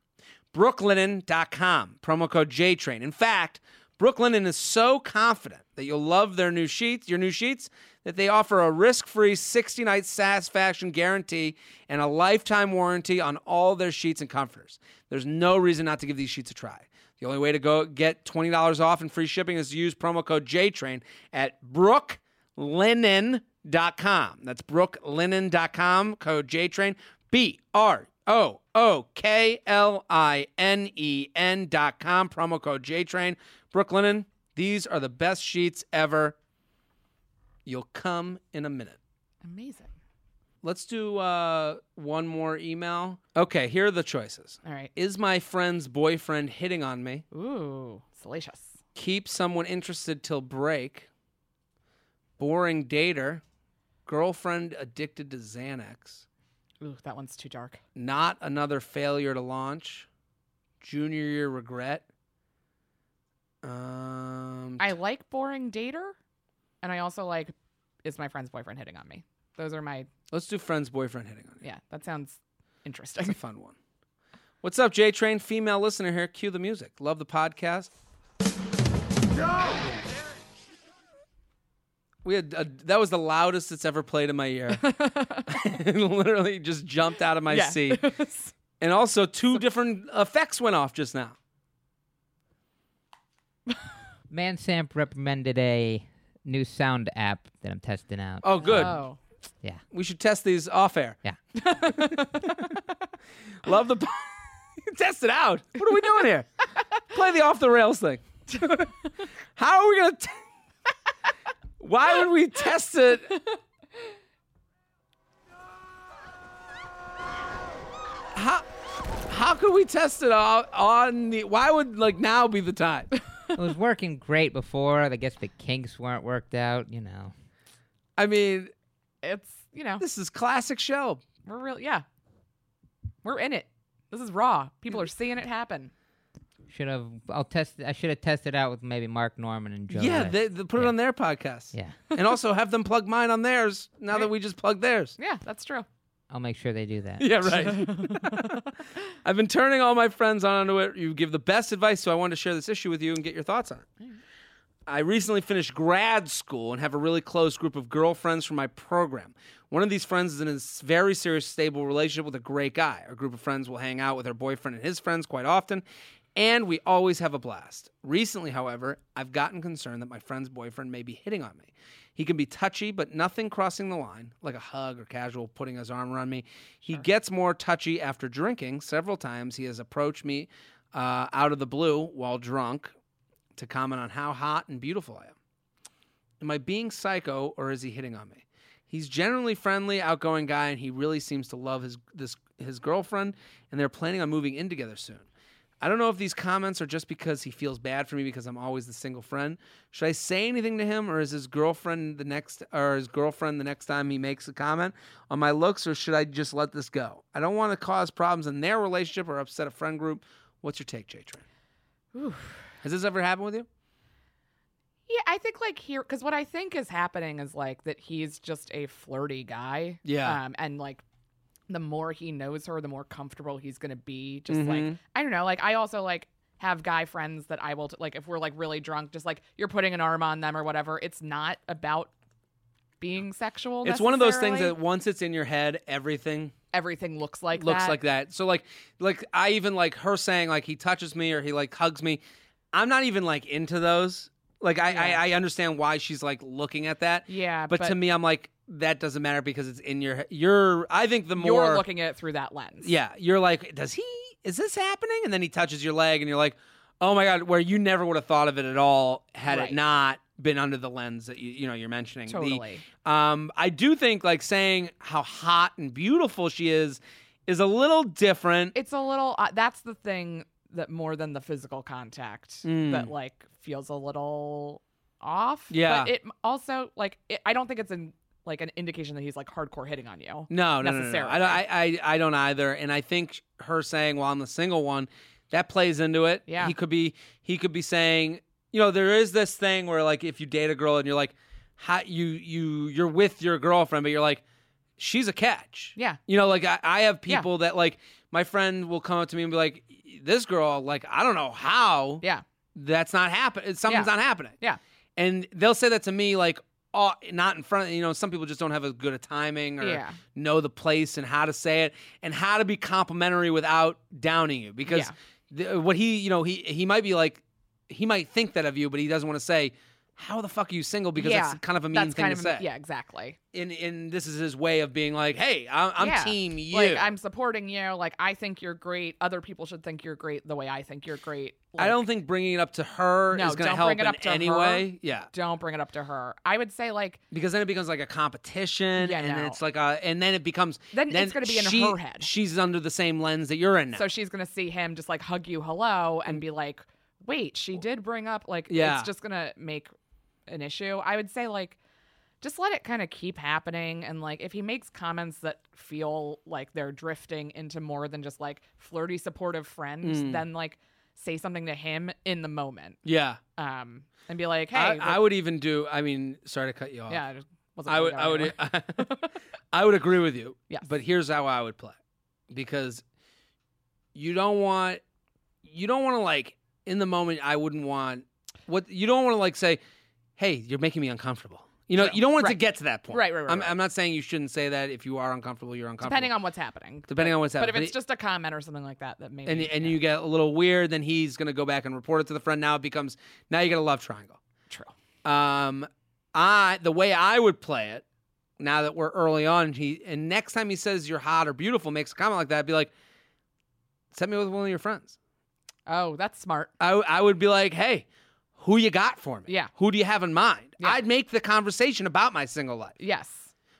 B: Brooklinen.com, promo code JTRAIN. In fact, Brooklinen is so confident that you'll love their new sheets, your new sheets, that they offer a risk-free 60-night satisfaction guarantee and a lifetime warranty on all their sheets and comforters. There's no reason not to give these sheets a try. The only way to go get $20 off and free shipping is to use promo code JTRAIN at brooklinen.com. That's brooklinen.com, code JTRAIN, B R O O K L I N E N.com, promo code JTRAIN. Brooklinen, these are the best sheets ever. You'll come in a minute.
C: Amazing.
B: Let's do uh, one more email. Okay, here are the choices.
C: All right.
B: Is my friend's boyfriend hitting on me?
C: Ooh, salacious.
B: keep someone interested till break, boring dater, girlfriend addicted to Xanax,
C: Ooh, that one's too dark.
B: not another failure to launch, junior year regret. Um,
C: I like boring dater, and I also like is my friend's boyfriend hitting on me. Those are my
B: let's do friend's boyfriend hitting on you.
C: yeah. That sounds
B: That's a
C: interesting.
B: fun one. What's up, J Train? Female listener here. Cue the music. Love the podcast. We had a, that was the loudest it's ever played in my ear. it literally just jumped out of my
C: yeah.
B: seat. And also, two different effects went off just now.
D: Man Samp recommended a new sound app that I'm testing out.
B: Oh, good.
C: oh.
D: Yeah.
B: We should test these off air.
D: Yeah.
B: Love the po- test it out. What are we doing here? Play the off the rails thing. How are we gonna? T- Why would we test it? How how could we test it on, on the? Why would like now be the time?
D: it was working great before. I guess the kinks weren't worked out, you know.
B: I mean,
C: It's you know
B: this is classic Shelb.
C: we're real. Yeah, we're in it. This is raw. People are seeing it happen.
D: Should have I'll test I should have tested out with maybe Mark Norman and Joe.
B: Yeah,
D: List.
B: they, they put it
D: Yeah.
B: on their podcast.
D: Yeah.
B: and also have them plug mine on theirs. Now that
C: Right.
B: we just plugged theirs.
C: Yeah, that's true.
D: I'll make sure they do that.
B: Yeah, right. I've been turning all my friends on to it. You give the best advice, so I wanted to share this issue with you and get your thoughts on it. I recently finished grad school and have a really close group of girlfriends from my program. One of these friends is in a s- very serious, stable relationship with a great guy. Our group of friends will hang out with her boyfriend and his friends quite often, and we always have a blast. Recently, however, I've gotten concerned that my friend's boyfriend may be hitting on me. He can be touchy, but nothing crossing the line, like a hug or casual putting his arm around me. He gets more touchy after drinking. Several times he has approached me uh, out of the blue while drunk to comment on how hot and beautiful I am. Am I being psycho or is he hitting on me? He's generally friendly, outgoing guy, and he really seems to love his this his girlfriend, and they're planning on moving in together soon. I don't know if these comments are just because he feels bad for me because I'm always the single friend. Should I say anything to him, or is his girlfriend the next, or his girlfriend the next time he makes a comment on my looks, or should I just let this go? I don't want to cause problems in their relationship or upset a friend group. What's your take, J Train? Has this ever happened with you?
C: Yeah, I think like here because what I think is happening is like that he's just a flirty guy.
B: Yeah.
C: Um, and like the more he knows her, the more comfortable he's gonna be. Just
B: Mm-hmm.
C: like I don't know. Like I also like have guy friends that I will t- like if we're like really drunk, just like you're putting an arm on them or whatever. It's not about being sexual.
B: It's one of those things
C: necessarily.
B: that once it's in your head, everything
C: everything looks like
B: looks
C: that.
B: like that. So like like I even like her saying like he touches me or he like hugs me. I'm not even like into those. Like I I, I understand why she's like looking at that.
C: Yeah,
B: But, to
C: but-
B: me, I'm like that doesn't matter because it's in your you're. I think the more
C: You're looking at it through that lens.
B: yeah, you're like does he is this happening? And then he touches your leg and you're like, oh my god, where you never would have thought of it at all had
C: Right.
B: it not been under the lens that you you know you're mentioning. The-
C: Totally.
B: um, I do think like saying how hot and beautiful she is is a little different.
C: it's a little uh, that's the thing that more than the physical contact
B: Hmm.
C: that like feels a little off
B: Yeah.
C: but it m- also like it, i don't think it's an like an indication that he's like hardcore hitting on you
B: No, no, no, no, no.
C: necessarily.
B: I, don't- I, I, I don't either. And I think her saying, "Well, I'm the single one," that plays into it.
C: Yeah.
B: he could be, he could be saying, you know, there is this thing where like if you date a girl and you're like, how you you you're with your girlfriend, but you're like, she's a catch.
C: Yeah.
B: you know, like I, I have
C: Yeah.
B: people that like my friend will come up to me and be like, this girl, like I don't know how.
C: yeah
B: that's not happening. Something's
C: Yeah.
B: not happening.
C: Yeah.
B: And they'll say that to me like, oh, not in front. You know, some people just don't have as good a timing or
C: Yeah.
B: know the place and how to say it and how to be complimentary without downing you because the, what he, you know, he he might be like, he might think that of you, but he doesn't want to say. How the fuck are you single? Because
C: yeah.
B: that's kind of a mean
C: That's
B: thing
C: kind
B: to
C: of
B: say.
C: a- yeah exactly
B: And, and this is his way of being like, hey, I'm, I'm
C: Yeah.
B: team you.
C: like i'm supporting you like i think you're great other people should think you're great the way i think you're great
B: I
C: Like,
B: don't think bringing it up to her
C: No,
B: is going to
C: don't
B: help
C: bring it
B: in
C: up to
B: any
C: her.
B: way. Yeah.
C: don't bring it up to her i would say like
B: because then it becomes like a competition
C: Yeah,
B: and
C: no.
B: it's like a and then it becomes
C: Then it's gonna be in
B: she-
C: her head.
B: she's under the same lens that you're in now
C: So she's gonna see him just like hug you hello and be like, wait, she did bring up like
B: Yeah.
C: it's just gonna make an issue. I would say like just let it kind of keep happening and like if he makes comments that feel like they're drifting into more than just like flirty supportive friends,
B: Hmm.
C: then like say something to him in the moment.
B: yeah
C: Um and be like, Hey,
B: I,
C: what-
B: I would even do i mean sorry to cut you off
C: yeah, I just wasn't
B: i
C: gonna
B: would
C: go
B: i would
C: anywhere.
B: i would agree with you
C: Yes.
B: but here's how i would play because you don't want you don't want to like in the moment I wouldn't want what you don't want to like say, "Hey, you're making me uncomfortable." You know, you don't want it to
C: Right.
B: get to that point.
C: Right, right, right,
B: I'm,
C: right.
B: I'm not saying you shouldn't say that if you are uncomfortable, you're uncomfortable.
C: depending on what's happening.
B: depending on what's
C: But
B: happening.
C: if it's just a comment or something like that, that maybe
B: and and you get a little weird, then he's gonna go back and report it to the friend. Now it becomes now you get a love triangle.
C: true.
B: Um, I the way I would play it now that we're early on, he and next time he says you're hot or beautiful, makes a comment like that, I'd be like, send me with one of your friends.
C: Oh, that's smart.
B: I I would be like, hey, who you got for me?
C: Yeah.
B: who do you have in mind?
C: Yeah.
B: I'd make the conversation about my single life
C: Yes.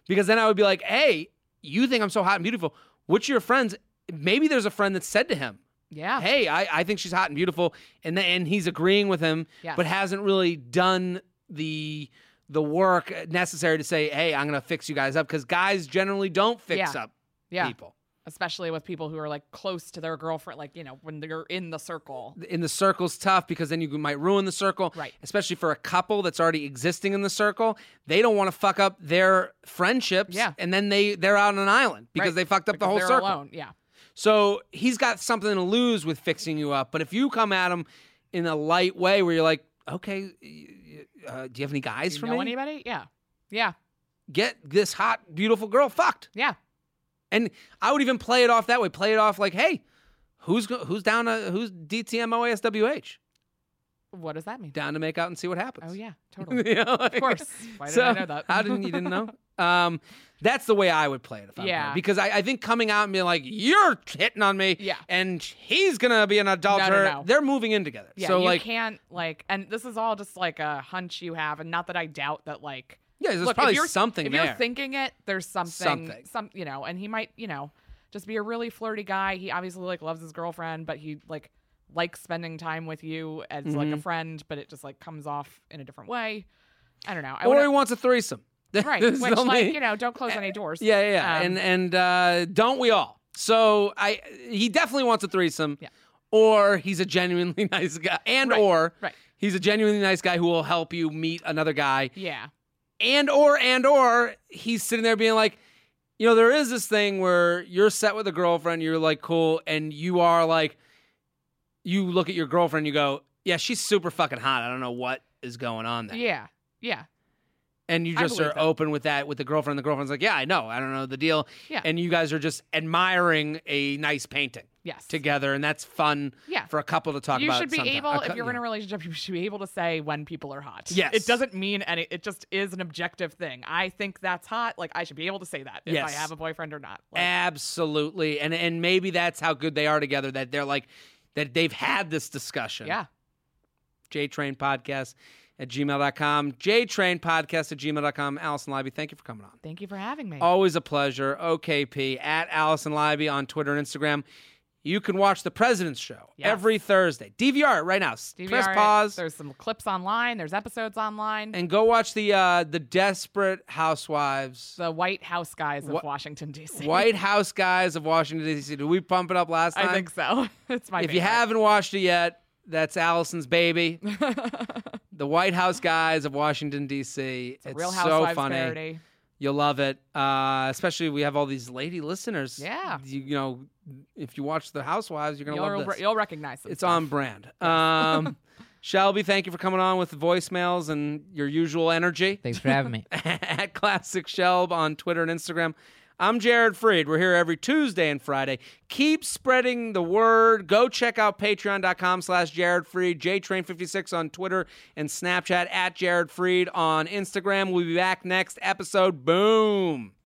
B: because then I would be like, hey, you think I'm so hot and beautiful? Which of your friends? Maybe there's a friend that said to him,
C: Yeah.
B: hey, I, I think she's hot and beautiful, and th- and he's agreeing with him,
C: Yes.
B: but hasn't really done the the work necessary to say, hey, I'm gonna fix you guys up because guys generally don't fix
C: Yeah.
B: up
C: yeah.
B: people
C: Especially with people who are like close to their girlfriend, like you know when they're in the circle.
B: in the circle's tough because then you might ruin the circle,
C: Right.
B: Especially for a couple that's already existing in the circle, they don't want to fuck up their friendships,
C: Yeah.
B: and then they they're out on an island because
C: Right.
B: they fucked up
C: Because
B: the whole
C: they're
B: circle.
C: Alone. Yeah.
B: So he's got something to lose with fixing you up. But if you come at him in a light way where you're like, okay, y- y- uh, do you have any guys
C: You
B: for
C: know
B: me?
C: anybody? Yeah. Yeah.
B: Get this hot, beautiful girl fucked.
C: Yeah.
B: And I would even play it off that way. Play it off like, hey, who's go- who's down to who's DTMOASWH
C: What does that mean?
B: down to make out and see what happens.
C: Oh yeah,
B: You
C: totally.
B: know,
C: of
B: like-
C: course. Why didn't I know that?
B: how didn't you didn't know? Um, that's the way I would play it if I were
C: Yeah.
B: her. because I, I think coming out and being like you're hitting on me,
C: Yeah.
B: and he's gonna be an adulterer.
C: no.
B: They're moving in together,
C: Yeah,
B: so
C: you
B: like,
C: can't like, and this is all just like a hunch you have, and not that I doubt that like.
B: yeah, there's
C: look,
B: probably
C: if you're,
B: something
C: If
B: there.
C: you're thinking it, there's something,
B: Something.
C: some you know, and he might you know just be a really flirty guy. He obviously like loves his girlfriend, but he like likes spending time with you as like
B: Mm-hmm.
C: a friend, but it just like comes off in a different way. I don't know. I
B: or
C: wanna-
B: he wants a threesome,
C: right,
B: There's
C: which like
B: only-
C: you know, don't close any doors.
B: yeah, yeah, yeah.
C: Um,
B: and and uh, don't we all? So I, he definitely wants a threesome,
C: Yeah.
B: or he's a genuinely nice guy, and
C: Right,
B: or
C: right.
B: he's a genuinely nice guy who will help you meet another guy,
C: yeah,
B: and or and or he's sitting there being like you know there is this thing where you're set with a girlfriend you're like cool and you are like you look at your girlfriend you go yeah she's super fucking hot i don't know what is going on there
C: yeah, yeah,
B: and you
C: I
B: just
C: believe
B: are
C: that.
B: open with that with the girlfriend the girlfriend's like yeah i know i don't know the deal
C: Yeah.
B: and you guys are just admiring a nice painting
C: yes.
B: together and that's fun
C: Yeah.
B: for a couple to talk
C: you
B: about
C: should be
B: sometime.
C: able
B: A cou-
C: if you're in
B: yeah.
C: a relationship you should be able to say when people are hot
B: Yes.
C: it doesn't mean any it just is an objective thing i think that's hot like i should be able to say that if i
B: Yes.
C: have a boyfriend or not like,
B: Absolutely. And and maybe that's how good they are together that they're like that they've had this discussion.
C: yeah
B: JTrain Podcast at gmail.com. JTrain Podcast at gmail.com. Allison Libby, thank you for coming on.
C: thank you for having me
B: Always a pleasure. OKP at Allison Libby on Twitter and Instagram. You can watch The President's Show
C: Yes.
B: every Thursday. DVR it right now. S-
C: DVR
B: Press
C: it.
B: pause
C: there's some clips online there's episodes online
B: and go watch the uh, the Desperate Housewives,
C: the white house guys of
B: Wha-
C: washington dc
B: White House Guys of Washington, D.C. Did we pump it up last time?
C: i think so it's my
B: if you
C: favorite.
B: haven't watched it yet, that's Allison's baby. the White House guys of Washington D.C. It's,
C: The real
B: so
C: housewives
B: funny.
C: parody
B: You'll love it. Uh, especially we have all these lady listeners.
C: Yeah.
B: You, you know, if you watch the Housewives, you're gonna
C: you'll,
B: love
C: re-
B: this.
C: you'll recognize it
B: it's on brand. Um, Shelby, thank you for coming on with the voicemails and your usual energy
D: Thanks for having me.
B: at Classic Shelb on Twitter and Instagram. I'm Jared Freed. We're here every Tuesday and Friday. Keep spreading the word. Go check out patreon.com slash Jared Freed, JTrain56 on Twitter and Snapchat, at Jared Freed on Instagram. We'll be back next episode. Boom.